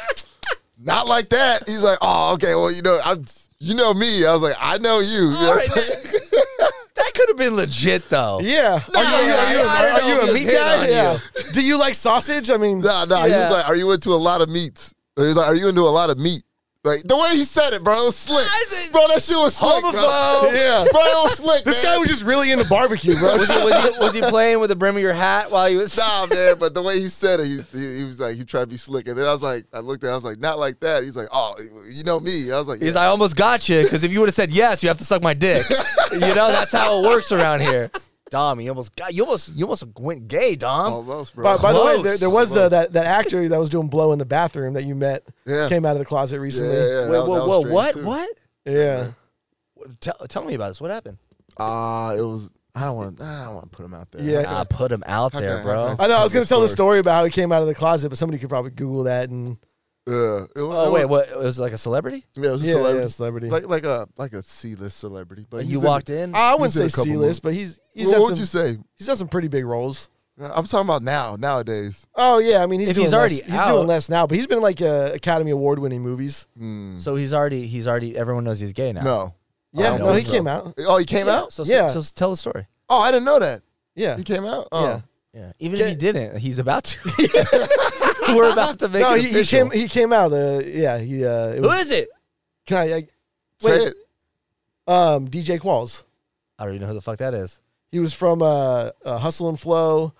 C: not like that. He's like, oh, okay, well, you know, I'm, you know me. I was like, I know you. You know
B: All
C: what
B: right,
C: I'm saying?
B: that, that could have been legit though.
A: Yeah.
C: No,
A: are you, are you- are you,
C: I- I
A: are you
B: don't know
A: a meat
B: if it's
A: guy?
B: hit on
A: Yeah. Do you like sausage? I mean,
C: Nah, nah. He
B: Yeah.
C: was like, "Are you into a lot of meats?" Or he was like, "Are you into a lot of meat?" Like the way he said it, bro, it was slick.
B: I said-
C: Bro, that shit was slick, bro.
B: Homophobe.
A: yeah.
C: Bro, it was slick.
A: This
C: man.
A: guy was just really into barbecue, bro.
B: Was he, was, he, was he playing with the brim of your hat while he was?
C: nah, man. But the way he said it, he, he, he was like, he tried to be slick, and then I was like, I looked at, it, I was like, not like that. He's like, oh, you know me. I was like,
B: He's
C: yeah.
B: I almost got you because if you would have said yes, you have to suck my dick. you know that's how it works around here. Dom, you almost got you almost you almost went gay, Dom.
C: almost, bro.
A: By, by the way, there,
B: Close.
A: there was uh, that that actor that was doing blow in the bathroom that you met
C: Yeah.
A: came out of the closet recently.
C: Yeah, yeah,
B: whoa,
C: yeah. That- that
B: whoa,
C: was
B: whoa! What?
C: strange, too.
B: What?
A: Yeah.
B: What- Tell, tell me about this. What happened?
C: Ah, it was. I don't want. I don't want to put him out there.
A: Yeah.
B: I put him out
C: How
B: there,
C: can I- how
B: bro.
C: can
A: I know. I was
C: Tell
A: gonna
C: the
A: tell the
C: story.
A: story about how he came out of the closet, but somebody could probably Google that and
C: Yeah. It was,
B: Oh
C: it
B: wait, what?
C: was-
B: It was like a celebrity.
C: Yeah, it was a
A: yeah,
C: celebrity.
A: yeah, celebrity.
C: Like like a like a C list celebrity, but
B: And
C: he's
B: you
C: in-
B: walked in.
A: I
B: Ah.
A: wouldn't
C: he's in
A: say
C: a couple
A: C list, but he's he's
C: Well,
A: done
C: what would
A: some
C: you say?
A: he's done some pretty big roles.
C: I'm talking about now, nowadays.
A: Oh yeah, I mean he's
B: If
A: doing
B: he's already
A: less, he's doing
B: out-
A: less now, but he's been in, like uh, Academy Award winning movies.
C: Hmm.
B: So he's already he's already everyone knows he's gay now.
C: No.
A: Yeah, no,
B: don't
A: he
B: think so.
A: came out.
C: Oh, he came
B: Yeah,
C: out.
B: So,
A: Yeah.
B: so so tell the story.
C: Oh, I didn't know that.
A: Yeah,
C: He came out. Oh.
A: Yeah.
B: Yeah. Even if
A: Gay-
B: he didn't, he's about to. We're about to make
A: no,
B: it
A: he, he
B: official.
A: came he came out. Uh, yeah, he uh, it
B: Who
A: was.
B: is it?
A: Can I, I
C: Say
A: wait?
C: it.
A: Um, DJ Qualls.
B: I don't even know who the fuck that is.
A: He was from uh, uh, Hustle and Flow.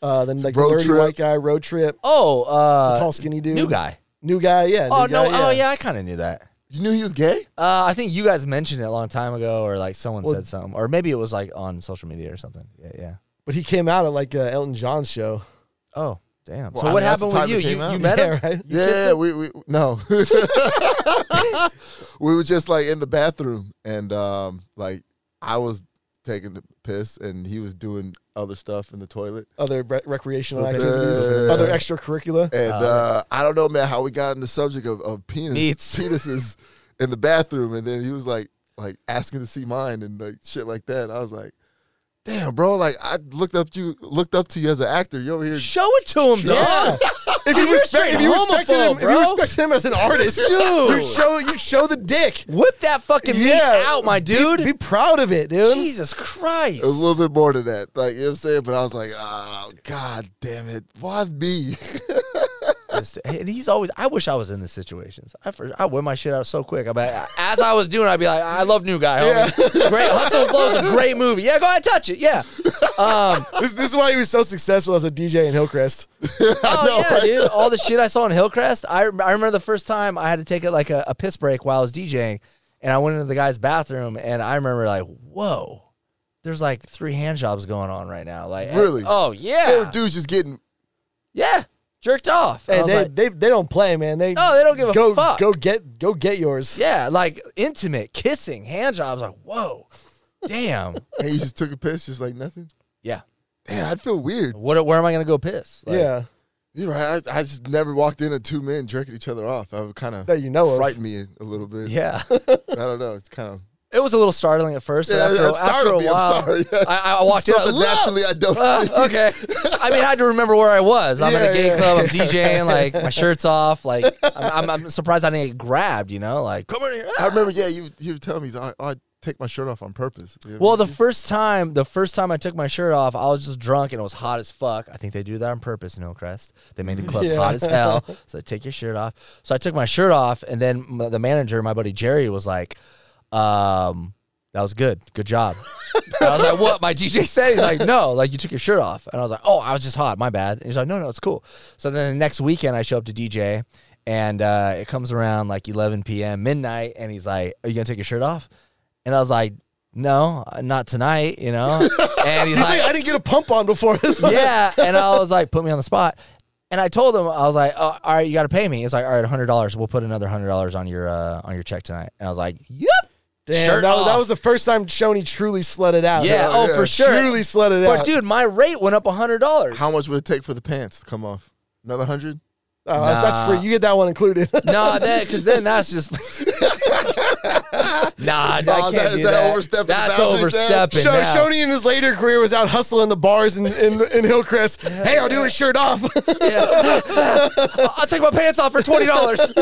A: Uh, then like
C: Road
A: the nerdy
C: Trip.
A: white guy, Road Trip,
B: Oh, uh,
A: tall skinny dude,
B: new guy.
A: new guy, yeah.
B: Oh
A: new
B: no!
A: guy,
B: Oh yeah, I kind of knew that.
C: You knew he was gay?
B: Uh, I think you guys mentioned it a long time ago, or like someone
A: Well-
B: said something, or maybe it was like on social media or something. Yeah, yeah.
A: But he came out at like uh, Elton John's show.
B: Oh, damn.
C: Well,
B: so
C: I
B: what
C: mean, that's
B: happened with
C: the time
B: you?
C: it
B: You,
C: came out.
B: you met
A: yeah,
B: him?
A: right.
C: yeah, we, we no. we were just like in the bathroom and um like I was taking the piss and he was doing other stuff in the toilet.
A: Other re- recreational
B: Okay.
A: activities,
C: Yeah.
A: other extracurricular.
C: And
B: Oh,
C: uh, I don't know, man, how we got on the subject of, of penis
B: Meats.
C: penises in the bathroom, and then he was like, like asking to see mine and like shit like that. I was like, damn, bro, like I looked up you, looked up to you as an actor. You over here,
B: Show it to him,
A: Yeah.
B: dog.
A: if you,
B: You're
A: respect,
B: straight
A: if you respected
B: homophobe,
A: him, if you
B: bro.
A: respected him as an artist, you
B: Dude.
A: show you show the dick.
B: Whip that fucking
A: Yeah.
B: meat out, my dude.
A: Be proud of it, dude.
B: Jesus Christ.
C: it was a little bit more than that. Like you know what I'm saying, but I was like, oh god damn it, why me?
B: This- And he's always. I wish I was in this situations. I for, I wear my shit out so quick. I be, as I was doing, I'd be like, I love New Guy. homie. great Hustle and Flow is a great movie. Yeah, go ahead, touch it. Yeah. Um,
A: This, this is why he was so successful as a DJ in Hillcrest.
B: Oh yeah, dude! All the shit I saw in Hillcrest. I, rem- I remember the first time I had to take a, like a, a piss break while I was DJing, and I went into the guy's bathroom, and I remember like, whoa, there's like three hand jobs going on right now. Like, and-
C: Really?
B: oh
C: Poor
B: yeah,
C: dude's just getting.
B: yeah, jerked off. And I
A: Hey,
B: was
A: they,
B: like,
A: they they don't play, man. Oh, They
B: No, they don't give a
A: go,
B: fuck.
A: Go get go get yours.
B: yeah, like intimate kissing, hand jobs. Like, whoa, damn,
C: And he just took a piss, just like nothing.
B: yeah.
C: Damn, I'd feel weird.
B: What? Where am I gonna go piss? Like,
A: yeah,
C: You're right. I, I just never walked in at two men jerking each other off. I would kind of
A: that you know of.
C: frighten me a little bit.
B: yeah.
C: I don't know. It's kind of
B: it was a little startling at first, but
C: Yeah,
B: after,
C: it
B: after
C: startled me,
B: a
C: I'm
B: while,
C: sorry.
B: I, I walked in. I was
C: something
B: like, "Whoa!"
C: naturally I don't
B: Uh,
C: see.
B: okay. I mean, I had to remember where I was. I'm at
A: Yeah,
B: a gay
A: yeah,
B: club. I'm DJing. Like my shirt's off. Like I'm, I'm, I'm surprised I didn't get grabbed. You know, like come in here.
C: I remember, yeah, you you would tell me, he's like, oh, I take my shirt off on purpose. You know?
B: Well, the first time, the first time I took my shirt off, I was just drunk and it was hot as fuck. I think they do that on purpose in Hillcrest. They make the clubs
A: Yeah.
B: hot as hell. So take your shirt off. So I took my shirt off, and then m- the manager, my buddy Jerry, was like, um, "That was good. Good job." And I was like, "What?" My DJ said, "He's like, no, like you took your shirt off." And I was like, "Oh, I was just hot. My bad." And he's like, "No, no, it's cool." So then the next weekend, I show up to DJ. And uh, it comes around like 11 p.m. midnight, and he's like, "Are you gonna take your shirt off?" And I was like, no, not tonight, you know? And he's,
A: He's like,
B: like,
A: I didn't get a pump on before this. one."
B: yeah. And I was like, put me on the spot. And I told him, I was like, oh, all right, you got to pay me. He's like, all right, $100. We'll put another $100 on your uh, on your check tonight. And I was like, yep.
A: Damn,
B: Shirt
A: that, that
B: off.
A: was the first time Shoney truly slutted out.
B: Yeah, oh, for sure.
A: Truly slutted
B: But
A: out.
B: dude, my rate went up $100.
C: how much would it take for the pants to come off? Another hundred?
A: Oh, that's, that's
B: Nah.
A: free. You get that one included.
B: no, that because then that's just nah, I
C: Oh,
B: can't
C: is that-
B: do
C: is that
B: that.
C: overstepping the
B: That's
C: boundaries there?
B: overstepping.
A: Sho-
B: now.
A: Shoney in his later career was out hustling the bars in, in, in Hillcrest. Hey, I'll do his shirt off.
B: I'll take my pants off for twenty dollars. and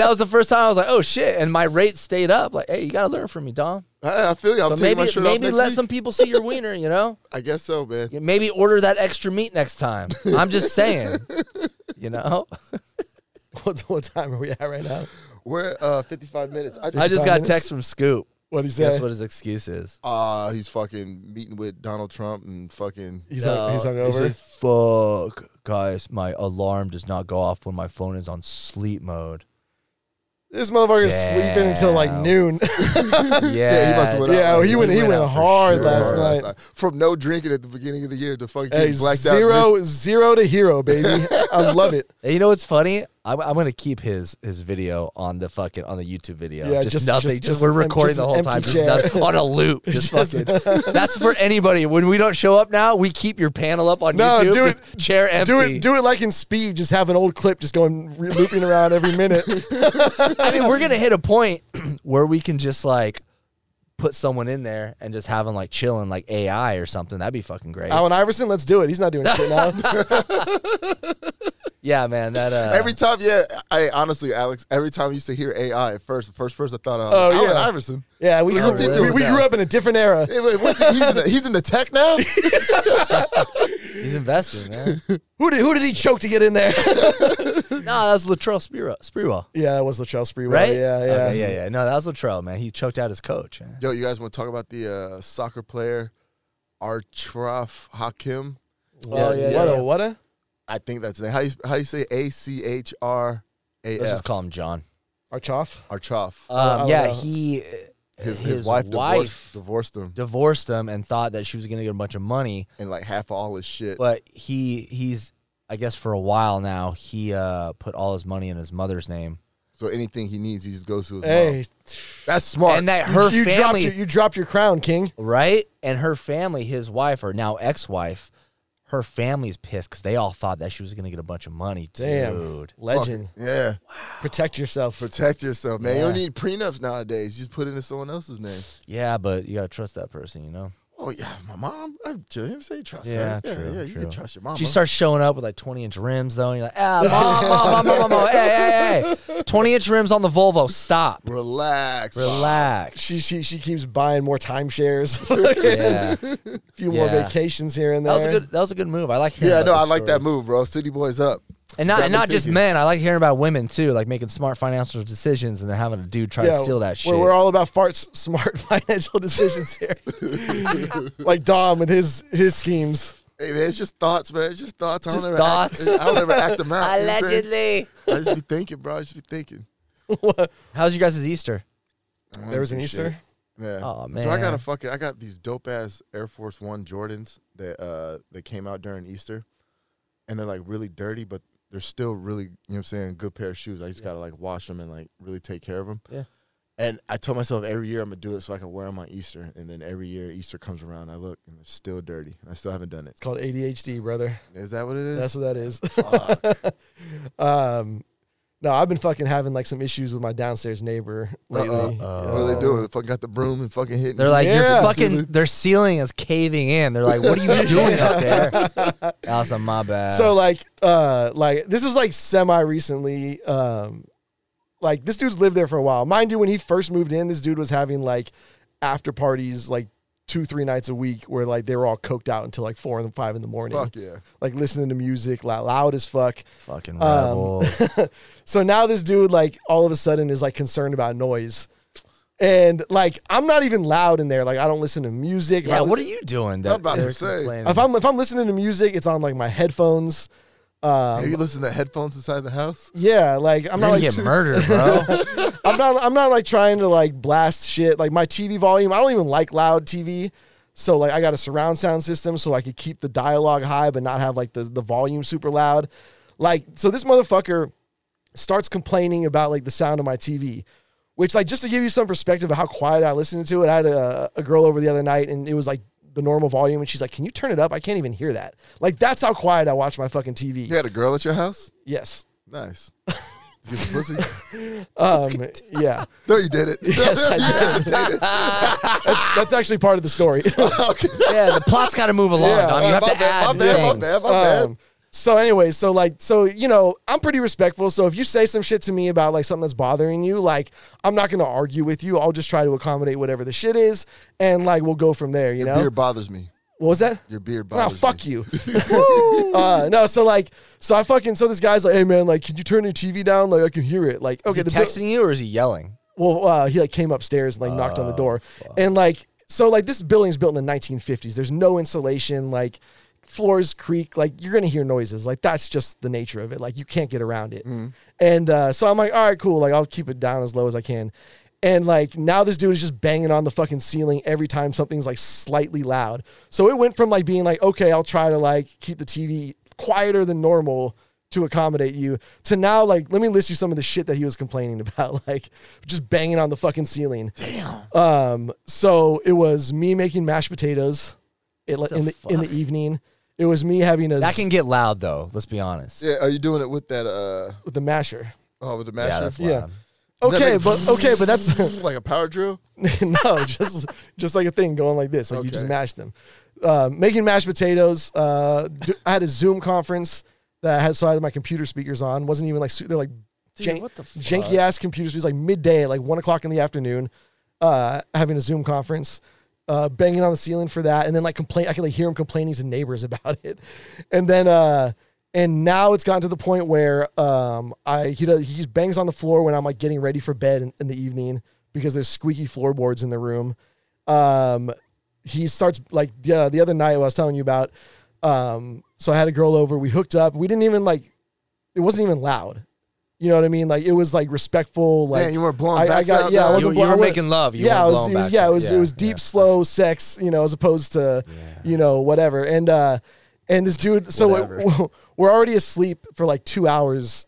B: that was the first time I was like, oh shit! And my rate stayed up. Like, hey, you gotta learn from me, Dom.
C: I, I feel you. I'm
B: So
C: taking my
B: maybe
C: shirt off
B: maybe
C: next
B: let
C: week.
B: some people see your wiener. You know,
C: I guess so, man.
B: Yeah, maybe order that extra meat next time. I'm just saying. You know,
A: what, what time are we at right now?
C: We're uh, 55 minutes. I,
B: I just got
A: minutes?
B: text from Scoop.
A: What he
B: Guess
A: said?
B: what his excuse is?
C: uh, he's fucking meeting with Donald Trump and fucking.
A: he's, hung, he's
B: No,
A: hungover.
B: He said, Fuck, guys, my alarm does not go off when my phone is on sleep mode.
A: this motherfucker's sleeping until like
B: Damn.
A: noon.
B: Yeah,
C: Yeah, he must have went out.
A: yeah, he went. He, went,
B: out for
A: hard
B: sure.
A: last
C: Or, uh,
A: night.
C: From no drinking at the beginning of the year to fucking
A: Hey,
C: getting blacked out.
A: zero, zero to hero, baby. I love it.
B: And You know what's funny? I'm, I'm gonna keep his his video on the fucking on the YouTube video.
A: Yeah,
B: just,
A: just-
B: nothing.
A: just-
B: Just,
A: just
B: we're
A: an- just
B: recording the
A: an
B: whole
A: empty
B: time. Just
A: chair.
B: nothing, on a loop. Just, fucking. that's for anybody. When we don't show up now, we keep your panel up on
A: No,
B: YouTube.
A: do it-
B: just chair empty.
A: Do it. Do it like in speed. Just have an old clip, just going re- looping around every minute.
B: I mean, we're gonna hit a point where we can just like put someone in there and just have them like chilling like AI or something. That'd be fucking great.
A: Allen Iverson, let's do it. He's not doing shit now.
B: yeah, man. That uh,
C: Every time, yeah. I honestly, Alex. Every time I used to hear AI at first, the first person I thought of,
A: Oh,
C: oh, Allen
A: yeah.
C: Iverson.
A: Yeah, we,
C: Look what
A: we,
C: they
A: we-
C: doing
A: we
C: now.
A: grew up in a different era.
C: Hey, wait, what's he, he's, in the, he's in the tech now.
B: he's investing, man. no,
A: Who did who did he choke to get in there?
B: that was Latrell Sprewell. Sprewell.
A: yeah, that was Latrell Sprewell.
B: Right?
A: Yeah, yeah,
B: Okay, yeah, yeah. No, that was Latrell, man. He choked out his coach. man.
C: Yo, you guys want to talk about the uh, soccer player Archraf Hakim?
B: Oh, yeah,
A: what
B: yeah,
A: a
B: yeah.
A: what a
C: I think that's the name. How do you how do you say A C H R A
B: Let's
C: F?
B: just call him John.
A: Archoff.
C: Archraf.
A: I
B: Um,
A: don't
B: yeah,
A: know.
B: he uh,
C: his, his wife, divorced, divorced him
B: divorced him and thought that she was going to get a bunch of money,
C: and like half of all his shit.
B: but he he's I guess for a while now he uh, put all his money in his mother's name,
C: So anything he needs, he just goes to his mom.
A: Hey,
C: That's smart.
B: and that her
A: you dropped
B: family
A: your, you dropped your crown, King.
B: right and her family, his wife or now ex-wife, her family's pissed because they all thought that she was going to get a bunch of money, dude.
A: Damn, legend.
C: yeah,
A: Protect yourself.
C: protect yourself, man. You don't
B: Yeah.
C: need prenups nowadays. You just put it in someone else's name.
B: Yeah, but you got to trust that person, you know.
C: Oh yeah, my mom. I'm you say trust
B: Yeah,
C: her. Yeah,
B: true,
C: yeah, you
B: true.
C: can trust your mom.
B: She starts showing up with like 20 inch rims, though. And you're like, ah, mom, mom, mom, mom, mom, mom. Hey, hey, hey. 20 inch rims on the Volvo. Stop.
C: Relax.
B: Relax.
A: She she she keeps buying more timeshares.
B: Yeah. That
A: a few more
B: Yeah.
A: vacations here and there.
B: was a good that was a good move. I like hearing
C: Yeah,
B: about
C: no, I
B: those
C: like that
B: stories.
C: move, bro. City boys up.
B: And not
C: Got
B: and
C: me
B: not just
C: thinking.
B: men. I like hearing about women too, like making smart financial decisions and then having a dude try to steal that shit.
A: We're, we're all about farts, smart financial decisions here. like Dom with his his schemes.
C: Hey man, it's just thoughts, man. It's just thoughts. I
B: Just
C: don't ever act-
B: thoughts.
C: I don't ever act them out. you know what I'm saying?
B: Allegedly.
C: I just be thinking, bro. I just be thinking.
B: How's you guys' Easter?
C: I
A: There was
C: don't
A: an
C: do
A: Easter.
C: shit. Yeah.
B: Aw,
C: So I got
B: man.
C: a fucking. I got these dope ass Air Force One Jordans that uh that came out during Easter, and they're like really dirty, but they're still really you know what I'm saying good pair of shoes. I just gotta like wash them and like really take care of them.
B: Yeah.
C: And I tell myself every year I'm gonna do it so I can wear them on Easter, and then every year Easter comes around, I look and they're still dirty. And I still haven't done it. Uh-uh.
A: It's called ADHD, brother.
C: Is that what it is?
A: That's what that is. um, no, I've been fucking having like some issues with my downstairs neighbor lately.
C: what are they doing? They fucking got the broom and fucking hitting.
B: They're like,
A: Yeah.
B: your fucking their ceiling is caving in. They're like, what are you doing up there? That's my bad.
A: So like, uh, like this is like semi recently. Um, like this dude's lived there for a while. Mind you, when he first moved in, this dude was having like after parties like two, three nights a week where like they were all coked out until like four and five in the morning.
C: fuck yeah.
A: Like listening to music loud, loud as fuck.
B: fucking
A: Um,
B: rebels.
A: So now this dude, like, all of a sudden is like concerned about noise. And like, I'm not even loud in there. Like, I don't listen to music. If
B: Yeah,
A: I-
B: what are you doing? That
C: I'm about to
B: they're
C: say.
B: complaining?
A: if I'm if I'm listening to music, it's on like my headphones.
C: Have
A: Um,
C: you listened to headphones inside the house?
A: yeah, like I'm
B: You're
A: not
B: gonna
A: like
B: get murdered, bro.
A: I'm not I'm not like trying to like blast shit. Like my TV volume, I don't even like loud TV. So like I got a surround sound system so I could keep the dialogue high but not have like the the volume super loud. Like so this motherfucker starts complaining about like the sound of my TV. Which like just to give you some perspective of how quiet I listened to it, I had a, a girl over the other night and it was like the normal volume and she's like, "Can you turn it up? I can't even hear that." Like that's how quiet I watch my fucking TV.
C: You had a girl at your house?
A: Yes.
C: Nice. Give us pussy.
A: Um, yeah,
C: no, you did it.
A: Yes, I
C: Yes, you did it.
A: that's, that's actually part of the story.
C: okay.
B: yeah, the plot's got to move along.
A: Yeah,
B: Dom. You
C: uh,
B: have
C: my
B: to
C: bad,
B: add
C: my bad, my
B: things.
C: bad, my bad.
A: Um, so anyway, so like, so you know, I'm pretty respectful. So if you say some shit to me about like something that's bothering you, like I'm not gonna argue with you. I'll just try to accommodate whatever the shit is, and like we'll go from there. You
C: Your
A: know,
C: beard bothers me.
A: what was that?
C: Your beard
A: Oh,
C: bothers
A: fuck you. uh, no, so like, so I fucking, so this guy's like, hey man, like, can you turn your TV down? Like, I can hear it. Like,
B: Is
A: okay,
B: he
A: the bu-
B: texting you or is he yelling?
A: well, uh, he like came upstairs and like knocked on the door, and like so like this building's built in the 1950s. There's no insulation, like floors creak, like you're gonna hear noises. Like that's just the nature of it. Like you can't get around it. And uh, so I'm like, all right, cool. Like I'll keep it down as low as I can. And like now this dude is just banging on the fucking ceiling every time something's like slightly loud. So it went from like being like, okay, I'll try to like keep the TV quieter than normal to accommodate you to now like let me list you some of the shit that he was complaining about like just banging on the fucking ceiling damn um so it was me making mashed potatoes it, like, in the in the evening it was me having a
B: That can get loud though. Let's be honest.
C: Yeah, are you doing it with that? Uh,
A: with the masher
C: oh, with the
B: Yeah,
C: masher.
B: that's loud.
A: yeah. okay
C: That
A: but
C: makes-
A: okay but that's
C: like a power drill.
A: no just just like a thing going like this like you just
C: Okay.
A: mash them uh, making mashed potatoes uh d- i had a zoom conference that I had so i had my computer speakers on wasn't even like su- they're like jank-
B: what the fuck?
A: janky ass computers. It was like midday, like one o'clock in the afternoon, uh, having a Zoom conference, uh, banging on the ceiling for that, and then like complain. I could like hear him complaining to neighbors about it, and then uh, and now it's gotten to the point where um, I he does he just bangs on the floor when I'm like getting ready for bed in, in the evening because there's squeaky floorboards in the room. Um, he starts like yeah, the other night I was telling you about. Um, so I had a girl over. We hooked up. We didn't even like. It wasn't even loud. You know what I mean? Like it was like respectful. Like
C: Man, you weren't blowing
A: I- I
C: backs
A: got-
C: out.
A: yeah, I
C: dog?
A: wasn't
B: You, you
A: blo-
B: were
A: I wa-
B: making love. You
A: yeah, it
B: weren't
A: was,
B: blown
A: it was-
B: back.
A: yeah, it was it was
B: yeah.
A: deep, slow sex, you know, as opposed to, you know, whatever. And uh, and this dude, so
B: Whatever.
A: we're, we're already asleep for like two hours,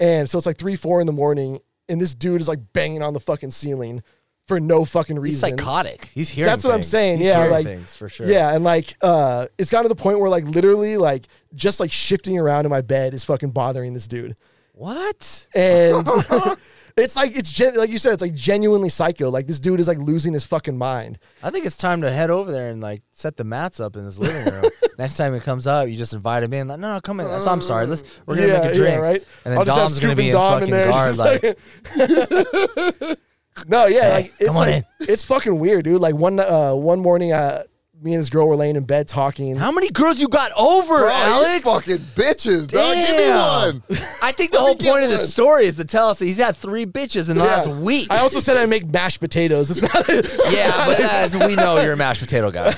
A: and so it's like three, four in the morning, and this dude is like banging on the fucking ceiling for no fucking
B: He's
A: reason.
B: psychotic. He's hearing.
A: That's what I'm
B: things.
A: saying,
B: He's
A: yeah,
B: hearing
A: like-
B: things for sure.
A: Yeah, and like uh, it's gotten to the point where like literally like just like shifting around in my bed is fucking bothering this dude.
B: What?
A: and it's like it's gen- like you said, it's like genuinely psycho. Like this dude is like losing his fucking mind.
B: I think it's time to head over there and like set the mats up in this living room. Next time it comes up, you just invite him in. Like, no, no, come in. So I'm sorry. Let's we're gonna make a drink,
A: right?
B: And then Dom's gonna
A: Scoop
B: be
A: and
B: in
A: Dom
B: fucking guard.
A: Just
B: Like,
A: like- no, yeah, like it's
B: come on
A: like
B: in.
A: it's fucking weird, dude. Like one uh, one morning, uh, me and this girl were laying in bed talking.
B: how many girls you got over,
C: Bro, you
B: Alex?
C: fucking bitches, dog.
B: Damn.
C: Give me one.
B: I think the
C: Let me
B: whole
C: get
B: point of this
C: one.
B: story is to tell us that he's had three bitches in the
A: Yeah.
B: last week.
A: I also said I make mashed potatoes. It's not.
B: yeah, but that's, we know you're a mashed potato guy.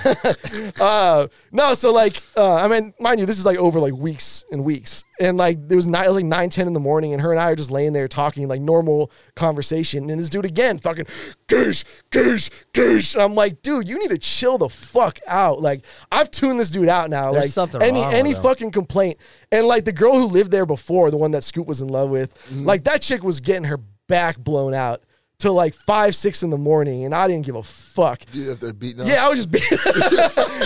A: uh, no, so like, uh, I mean, mind you, this is like over like weeks and weeks, and like it was nine, it was like nine ten in the morning, and her and I are just laying there talking like normal conversation, and this dude again, fucking goosh, goosh, goosh, and I'm like, dude, you need to chill the fuck out. Like, I've tuned this dude out now.
B: There's
A: like,
B: something
A: any
B: wrong with
A: any
B: him.
A: fucking complaint, and like the girl who lived there before, the one that Scoop was in love with,
B: Mm-hmm.
A: like that chick was getting her back blown out. Till like five, six in the morning, and I didn't give a fuck.
C: Dude, if they're beating up.
A: Yeah, I was just being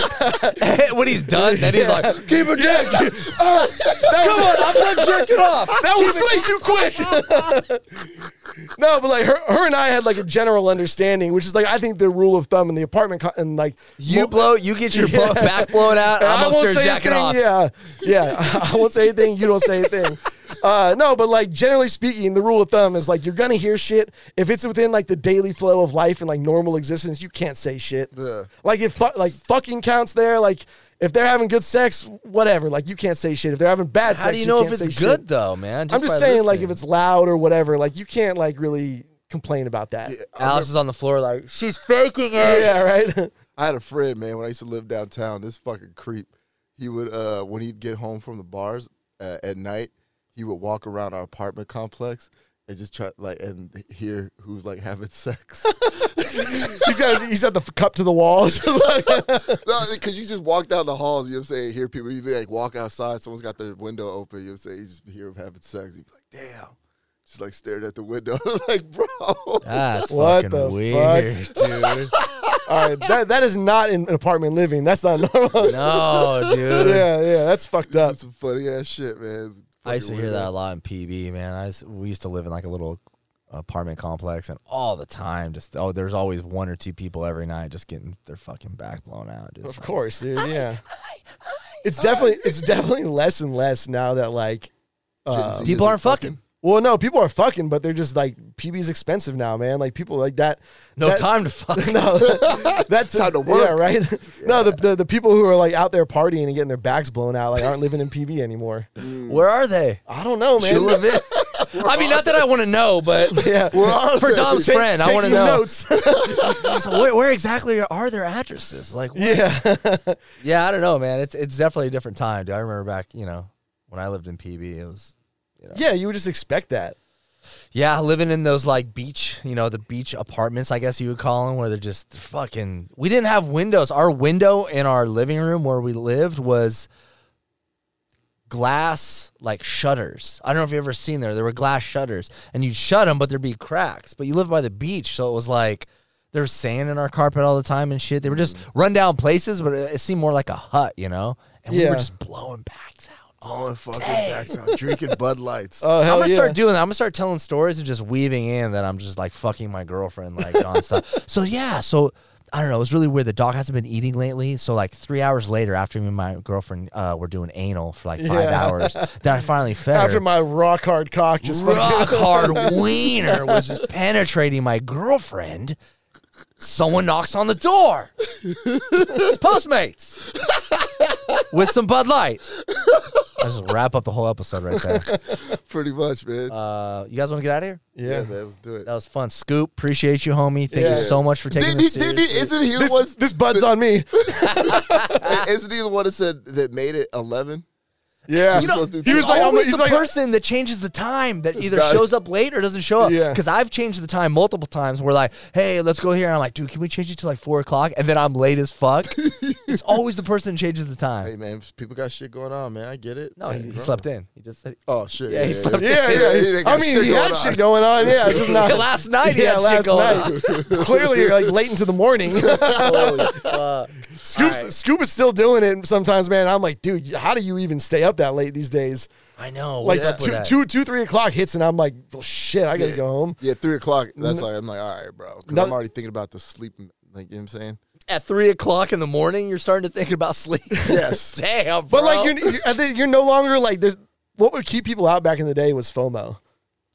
B: when he's done, then he's like,
A: Keep it down.
B: "Come on, I'm done jerking off."
A: That was way too quick. no, but like her, her and I had like a general understanding, which is like I think the rule of thumb in the apartment co- and like
B: You
A: mo-
B: blow, you get your blow, back blown out.
A: and
B: I'm
A: I won't
B: upstairs
A: say
B: jacking
A: anything,
B: off.
A: Yeah, yeah. I won't say anything. You don't say anything. Uh, no, but like generally speaking, the rule of thumb is like you're gonna hear shit if it's within like the daily flow of life and like normal existence. You can't say shit.
C: Yeah.
A: Like if fu- like fucking counts there, like. If they're having good sex, whatever. Like you can't say shit. If they're having bad sex,
B: How do you know if
A: can't
B: it's
A: say shit.
B: good though, man?
A: I'm just
B: by
A: saying, like, if
B: listening.
A: it's loud or whatever, like, you can't, like, really complain about that. Yeah,
B: Alice is on the floor, like she's faking it.
A: right?
C: I had a friend, man, when I used to live downtown, this fucking creep. He would uh when he'd get home from the bars uh, at night, he would walk around our apartment complex and just try like and hear who's like having sex.
A: he's, got, he's got the f- cup to the wall. Just like-
C: no, cause you just walk down the halls, you know what I'm saying, hear people you like walk outside, someone's got their window open, you know what I'm saying, you just hear them having sex, you'd be like, damn. Just like stared at the window. like, bro.
B: That's
A: What
B: fucking
A: the
B: weird, dude.
A: All right, that, that is not in an apartment living. That's not normal.
B: No, dude.
A: yeah, yeah, that's fucked up.
C: That's some funny ass shit, man.
B: I used to
C: fucking
B: hear
C: weirdo.
B: that a lot in PB, man. I used, we used to live in like a little apartment complex, and all the time, just oh, there's always one or two people every night just getting their fucking back blown out. Just
A: Of course, dude. Yeah. It's definitely it's definitely less and less now that like
C: Gen Z
A: uh,
C: isn't
B: people aren't fucking.
A: well no people are fucking but they're just like PB's expensive now man like people like that
B: No
A: that-
B: time to fuck.
A: no that's
C: Time to
A: yeah
C: work.
A: right no the, the the people who are like out there partying and getting their backs blown out like aren't living in PB anymore
B: Where are they?
A: I don't know man
B: You live in. I mean, not that I want to know, but
A: yeah
C: Where are
B: for
C: they?
B: Dom's
A: Take-
B: friend, I want to
A: taking
B: know.
A: notes.
B: So where, where exactly are their addresses? Like, what?
A: yeah
B: yeah, I don't know, man. It's it's definitely a different time. Dude. I remember back, you know, when I lived in PB, it was
A: yeah you would just expect that
B: Yeah, living in those like beach, you know, the beach apartments, I guess you would call them, where they're just fucking. We didn't have windows. Our window in our living room where we lived was glass like shutters. I don't know if you've ever seen there. There were glass shutters, and you'd shut them, but there'd be cracks. But you lived by the beach, so it was like there was sand in our carpet all the time and shit. They were just rundown places, but it, it seemed more like a hut, you know. And we
A: Yeah.
B: were just blowing backs out.
C: Blowing fucking backs out, drinking Bud Lights.
A: oh hell
B: I'm gonna
A: yeah
B: start doing that. I'm gonna start telling stories and just weaving in that I'm just like fucking my girlfriend like nonstop. so yeah, so I don't know. It was really weird. The dog hasn't been eating lately. So like three hours later, after me and my girlfriend uh, were doing anal for like five
A: Yeah.
B: hours, then I finally fed her.
A: after my rock hard cock just fucking-
B: rock hard wiener was just penetrating my girlfriend. Someone knocks on the door. It's Postmates with some Bud Light. I just wrap up the whole episode right there.
C: Pretty much, man.
B: Uh, you guys want to get out of here?
A: yeah
C: man, let's do it.
B: That was fun. Scoop, appreciate you, homie. Thank
A: Yeah.
B: you so much for taking
C: Didn't
B: this
C: he, didn't he,
B: seriously.
C: isn't he the one?
A: this, this bud's on me
C: Isn't he the one that said that made it eleven?
A: yeah
C: You know, he
B: He
C: was
B: was
C: like, I'm-
B: always
A: he's
B: the
A: like-
B: person that changes the time that either
C: guy.
B: shows up late or doesn't show up.
A: Yeah.
B: Because I've changed the time multiple times. We're like, hey, let's go here. And I'm like, dude, can we change it to like four o'clock? And then I'm late as fuck. it's always the person that changes the
C: Hey
B: time.
C: man, people got shit going on, man. I get it.
B: No, he, he
C: Bro.
B: slept in. He just said
C: Oh shit.
B: Yeah, he slept
A: Yeah,
C: Yeah,
A: yeah.
C: he didn't
A: I
C: got
A: mean,
C: shit
A: he had
C: going
A: shit
C: on.
A: going on. Yeah, it's just not.
B: last night. He
A: yeah,
B: had
A: last
B: shit going on.
A: night. Clearly, you're like late into the morning.
B: Holy fuck.
A: Scoop's,
B: right.
A: Scoop is still doing it sometimes, man. I'm like, dude, how do you even stay up that late these days?
B: I know.
A: Like
B: What's up with
A: two,
B: that?
A: two, two, three o'clock hits, and I'm like, well, shit, I gotta go home.
C: Yeah, three o'clock. That's like I'm like, all right, bro. 'Cause
A: No-
C: I'm already thinking about the sleep. Like you know what I'm saying.
B: At three o'clock in the morning, you're starting to think about sleep.
C: Yes.
B: Damn, bro.
A: But like, you're, you're, I think you're no longer like there's. What would keep people out back in the day was FOMO.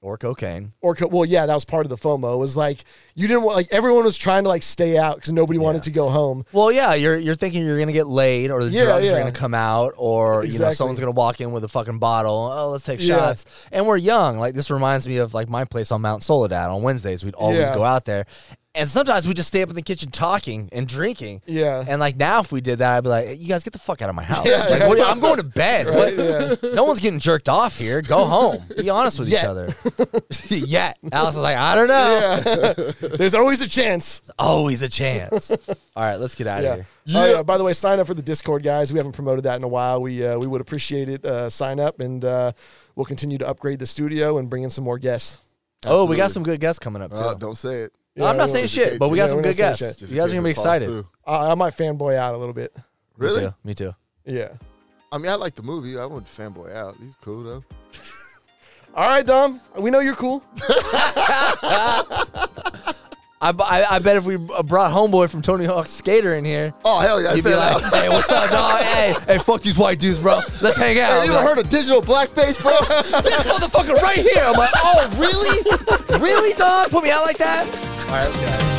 B: or cocaine.
A: Or co- well, yeah, that was part of the FOMO. It was like you didn't want like everyone was trying to like stay out because nobody wanted to go home.
B: Well, yeah, you're you're thinking you're gonna get laid, or the
A: Yeah,
B: drugs
A: yeah.
B: are gonna come out, or you know
A: Exactly.
B: someone's gonna walk in with a fucking bottle. Oh, let's take
A: Yeah.
B: shots. And we're young. Like this reminds me of like my place on Mount Soledad on Wednesdays. We'd always
A: Yeah.
B: go out there, and sometimes we just stay up in the kitchen talking and drinking.
A: Yeah.
B: And like now, if we did that, I'd be like, hey, "You guys get the fuck out of my house.
A: Yeah,
B: like,
A: yeah.
B: what- I'm going to bed.
A: Right,
B: What- No one's getting jerked off here. Go home. Be honest with each
A: Yet.
B: other. yeah. Alex was like, I don't know.
A: There's always a chance.
B: Always a chance. All right, let's get out of
A: Yeah.
B: here.
A: Oh, yeah. By the way, sign up for the Discord, guys. We haven't promoted that in a while. We uh, we would appreciate it. Uh, sign up, and uh, we'll continue to upgrade the studio and bring in some more guests.
B: Oh, we got
C: Absolutely.
B: some good guests coming up too.
C: Uh, don't say it.
A: Yeah,
B: I'm not
A: we
B: saying
A: won't
B: shit, but we got
A: Yeah,
B: some
A: we're not
B: good
A: saying
B: guests.
A: shit.
C: Just
B: You
C: in
B: guys
C: case
B: are gonna be
C: it falls
B: excited.
C: through.
A: I, I might fanboy out a little bit.
C: Really?
B: Me too. Me too.
A: Yeah.
C: I mean, I like the movie. I wouldn't fanboy out. He's cool though.
A: All right, Dom. We know you're cool.
B: I, b- I- I bet if we b- brought homeboy from Tony Hawk's Skater in here,
C: Oh hell yeah! I
B: you'd be
C: fell
B: like,
C: out.
B: "Hey, what's up, dog? Hey, hey, fuck these white dudes, bro. Let's hang out."
C: Hey,
B: I'm
C: you ever
B: like,
C: heard of digital blackface, bro?
B: this motherfucker right here? I'm like, "Oh, really? really, dog? Put me out like that?" All right. Okay.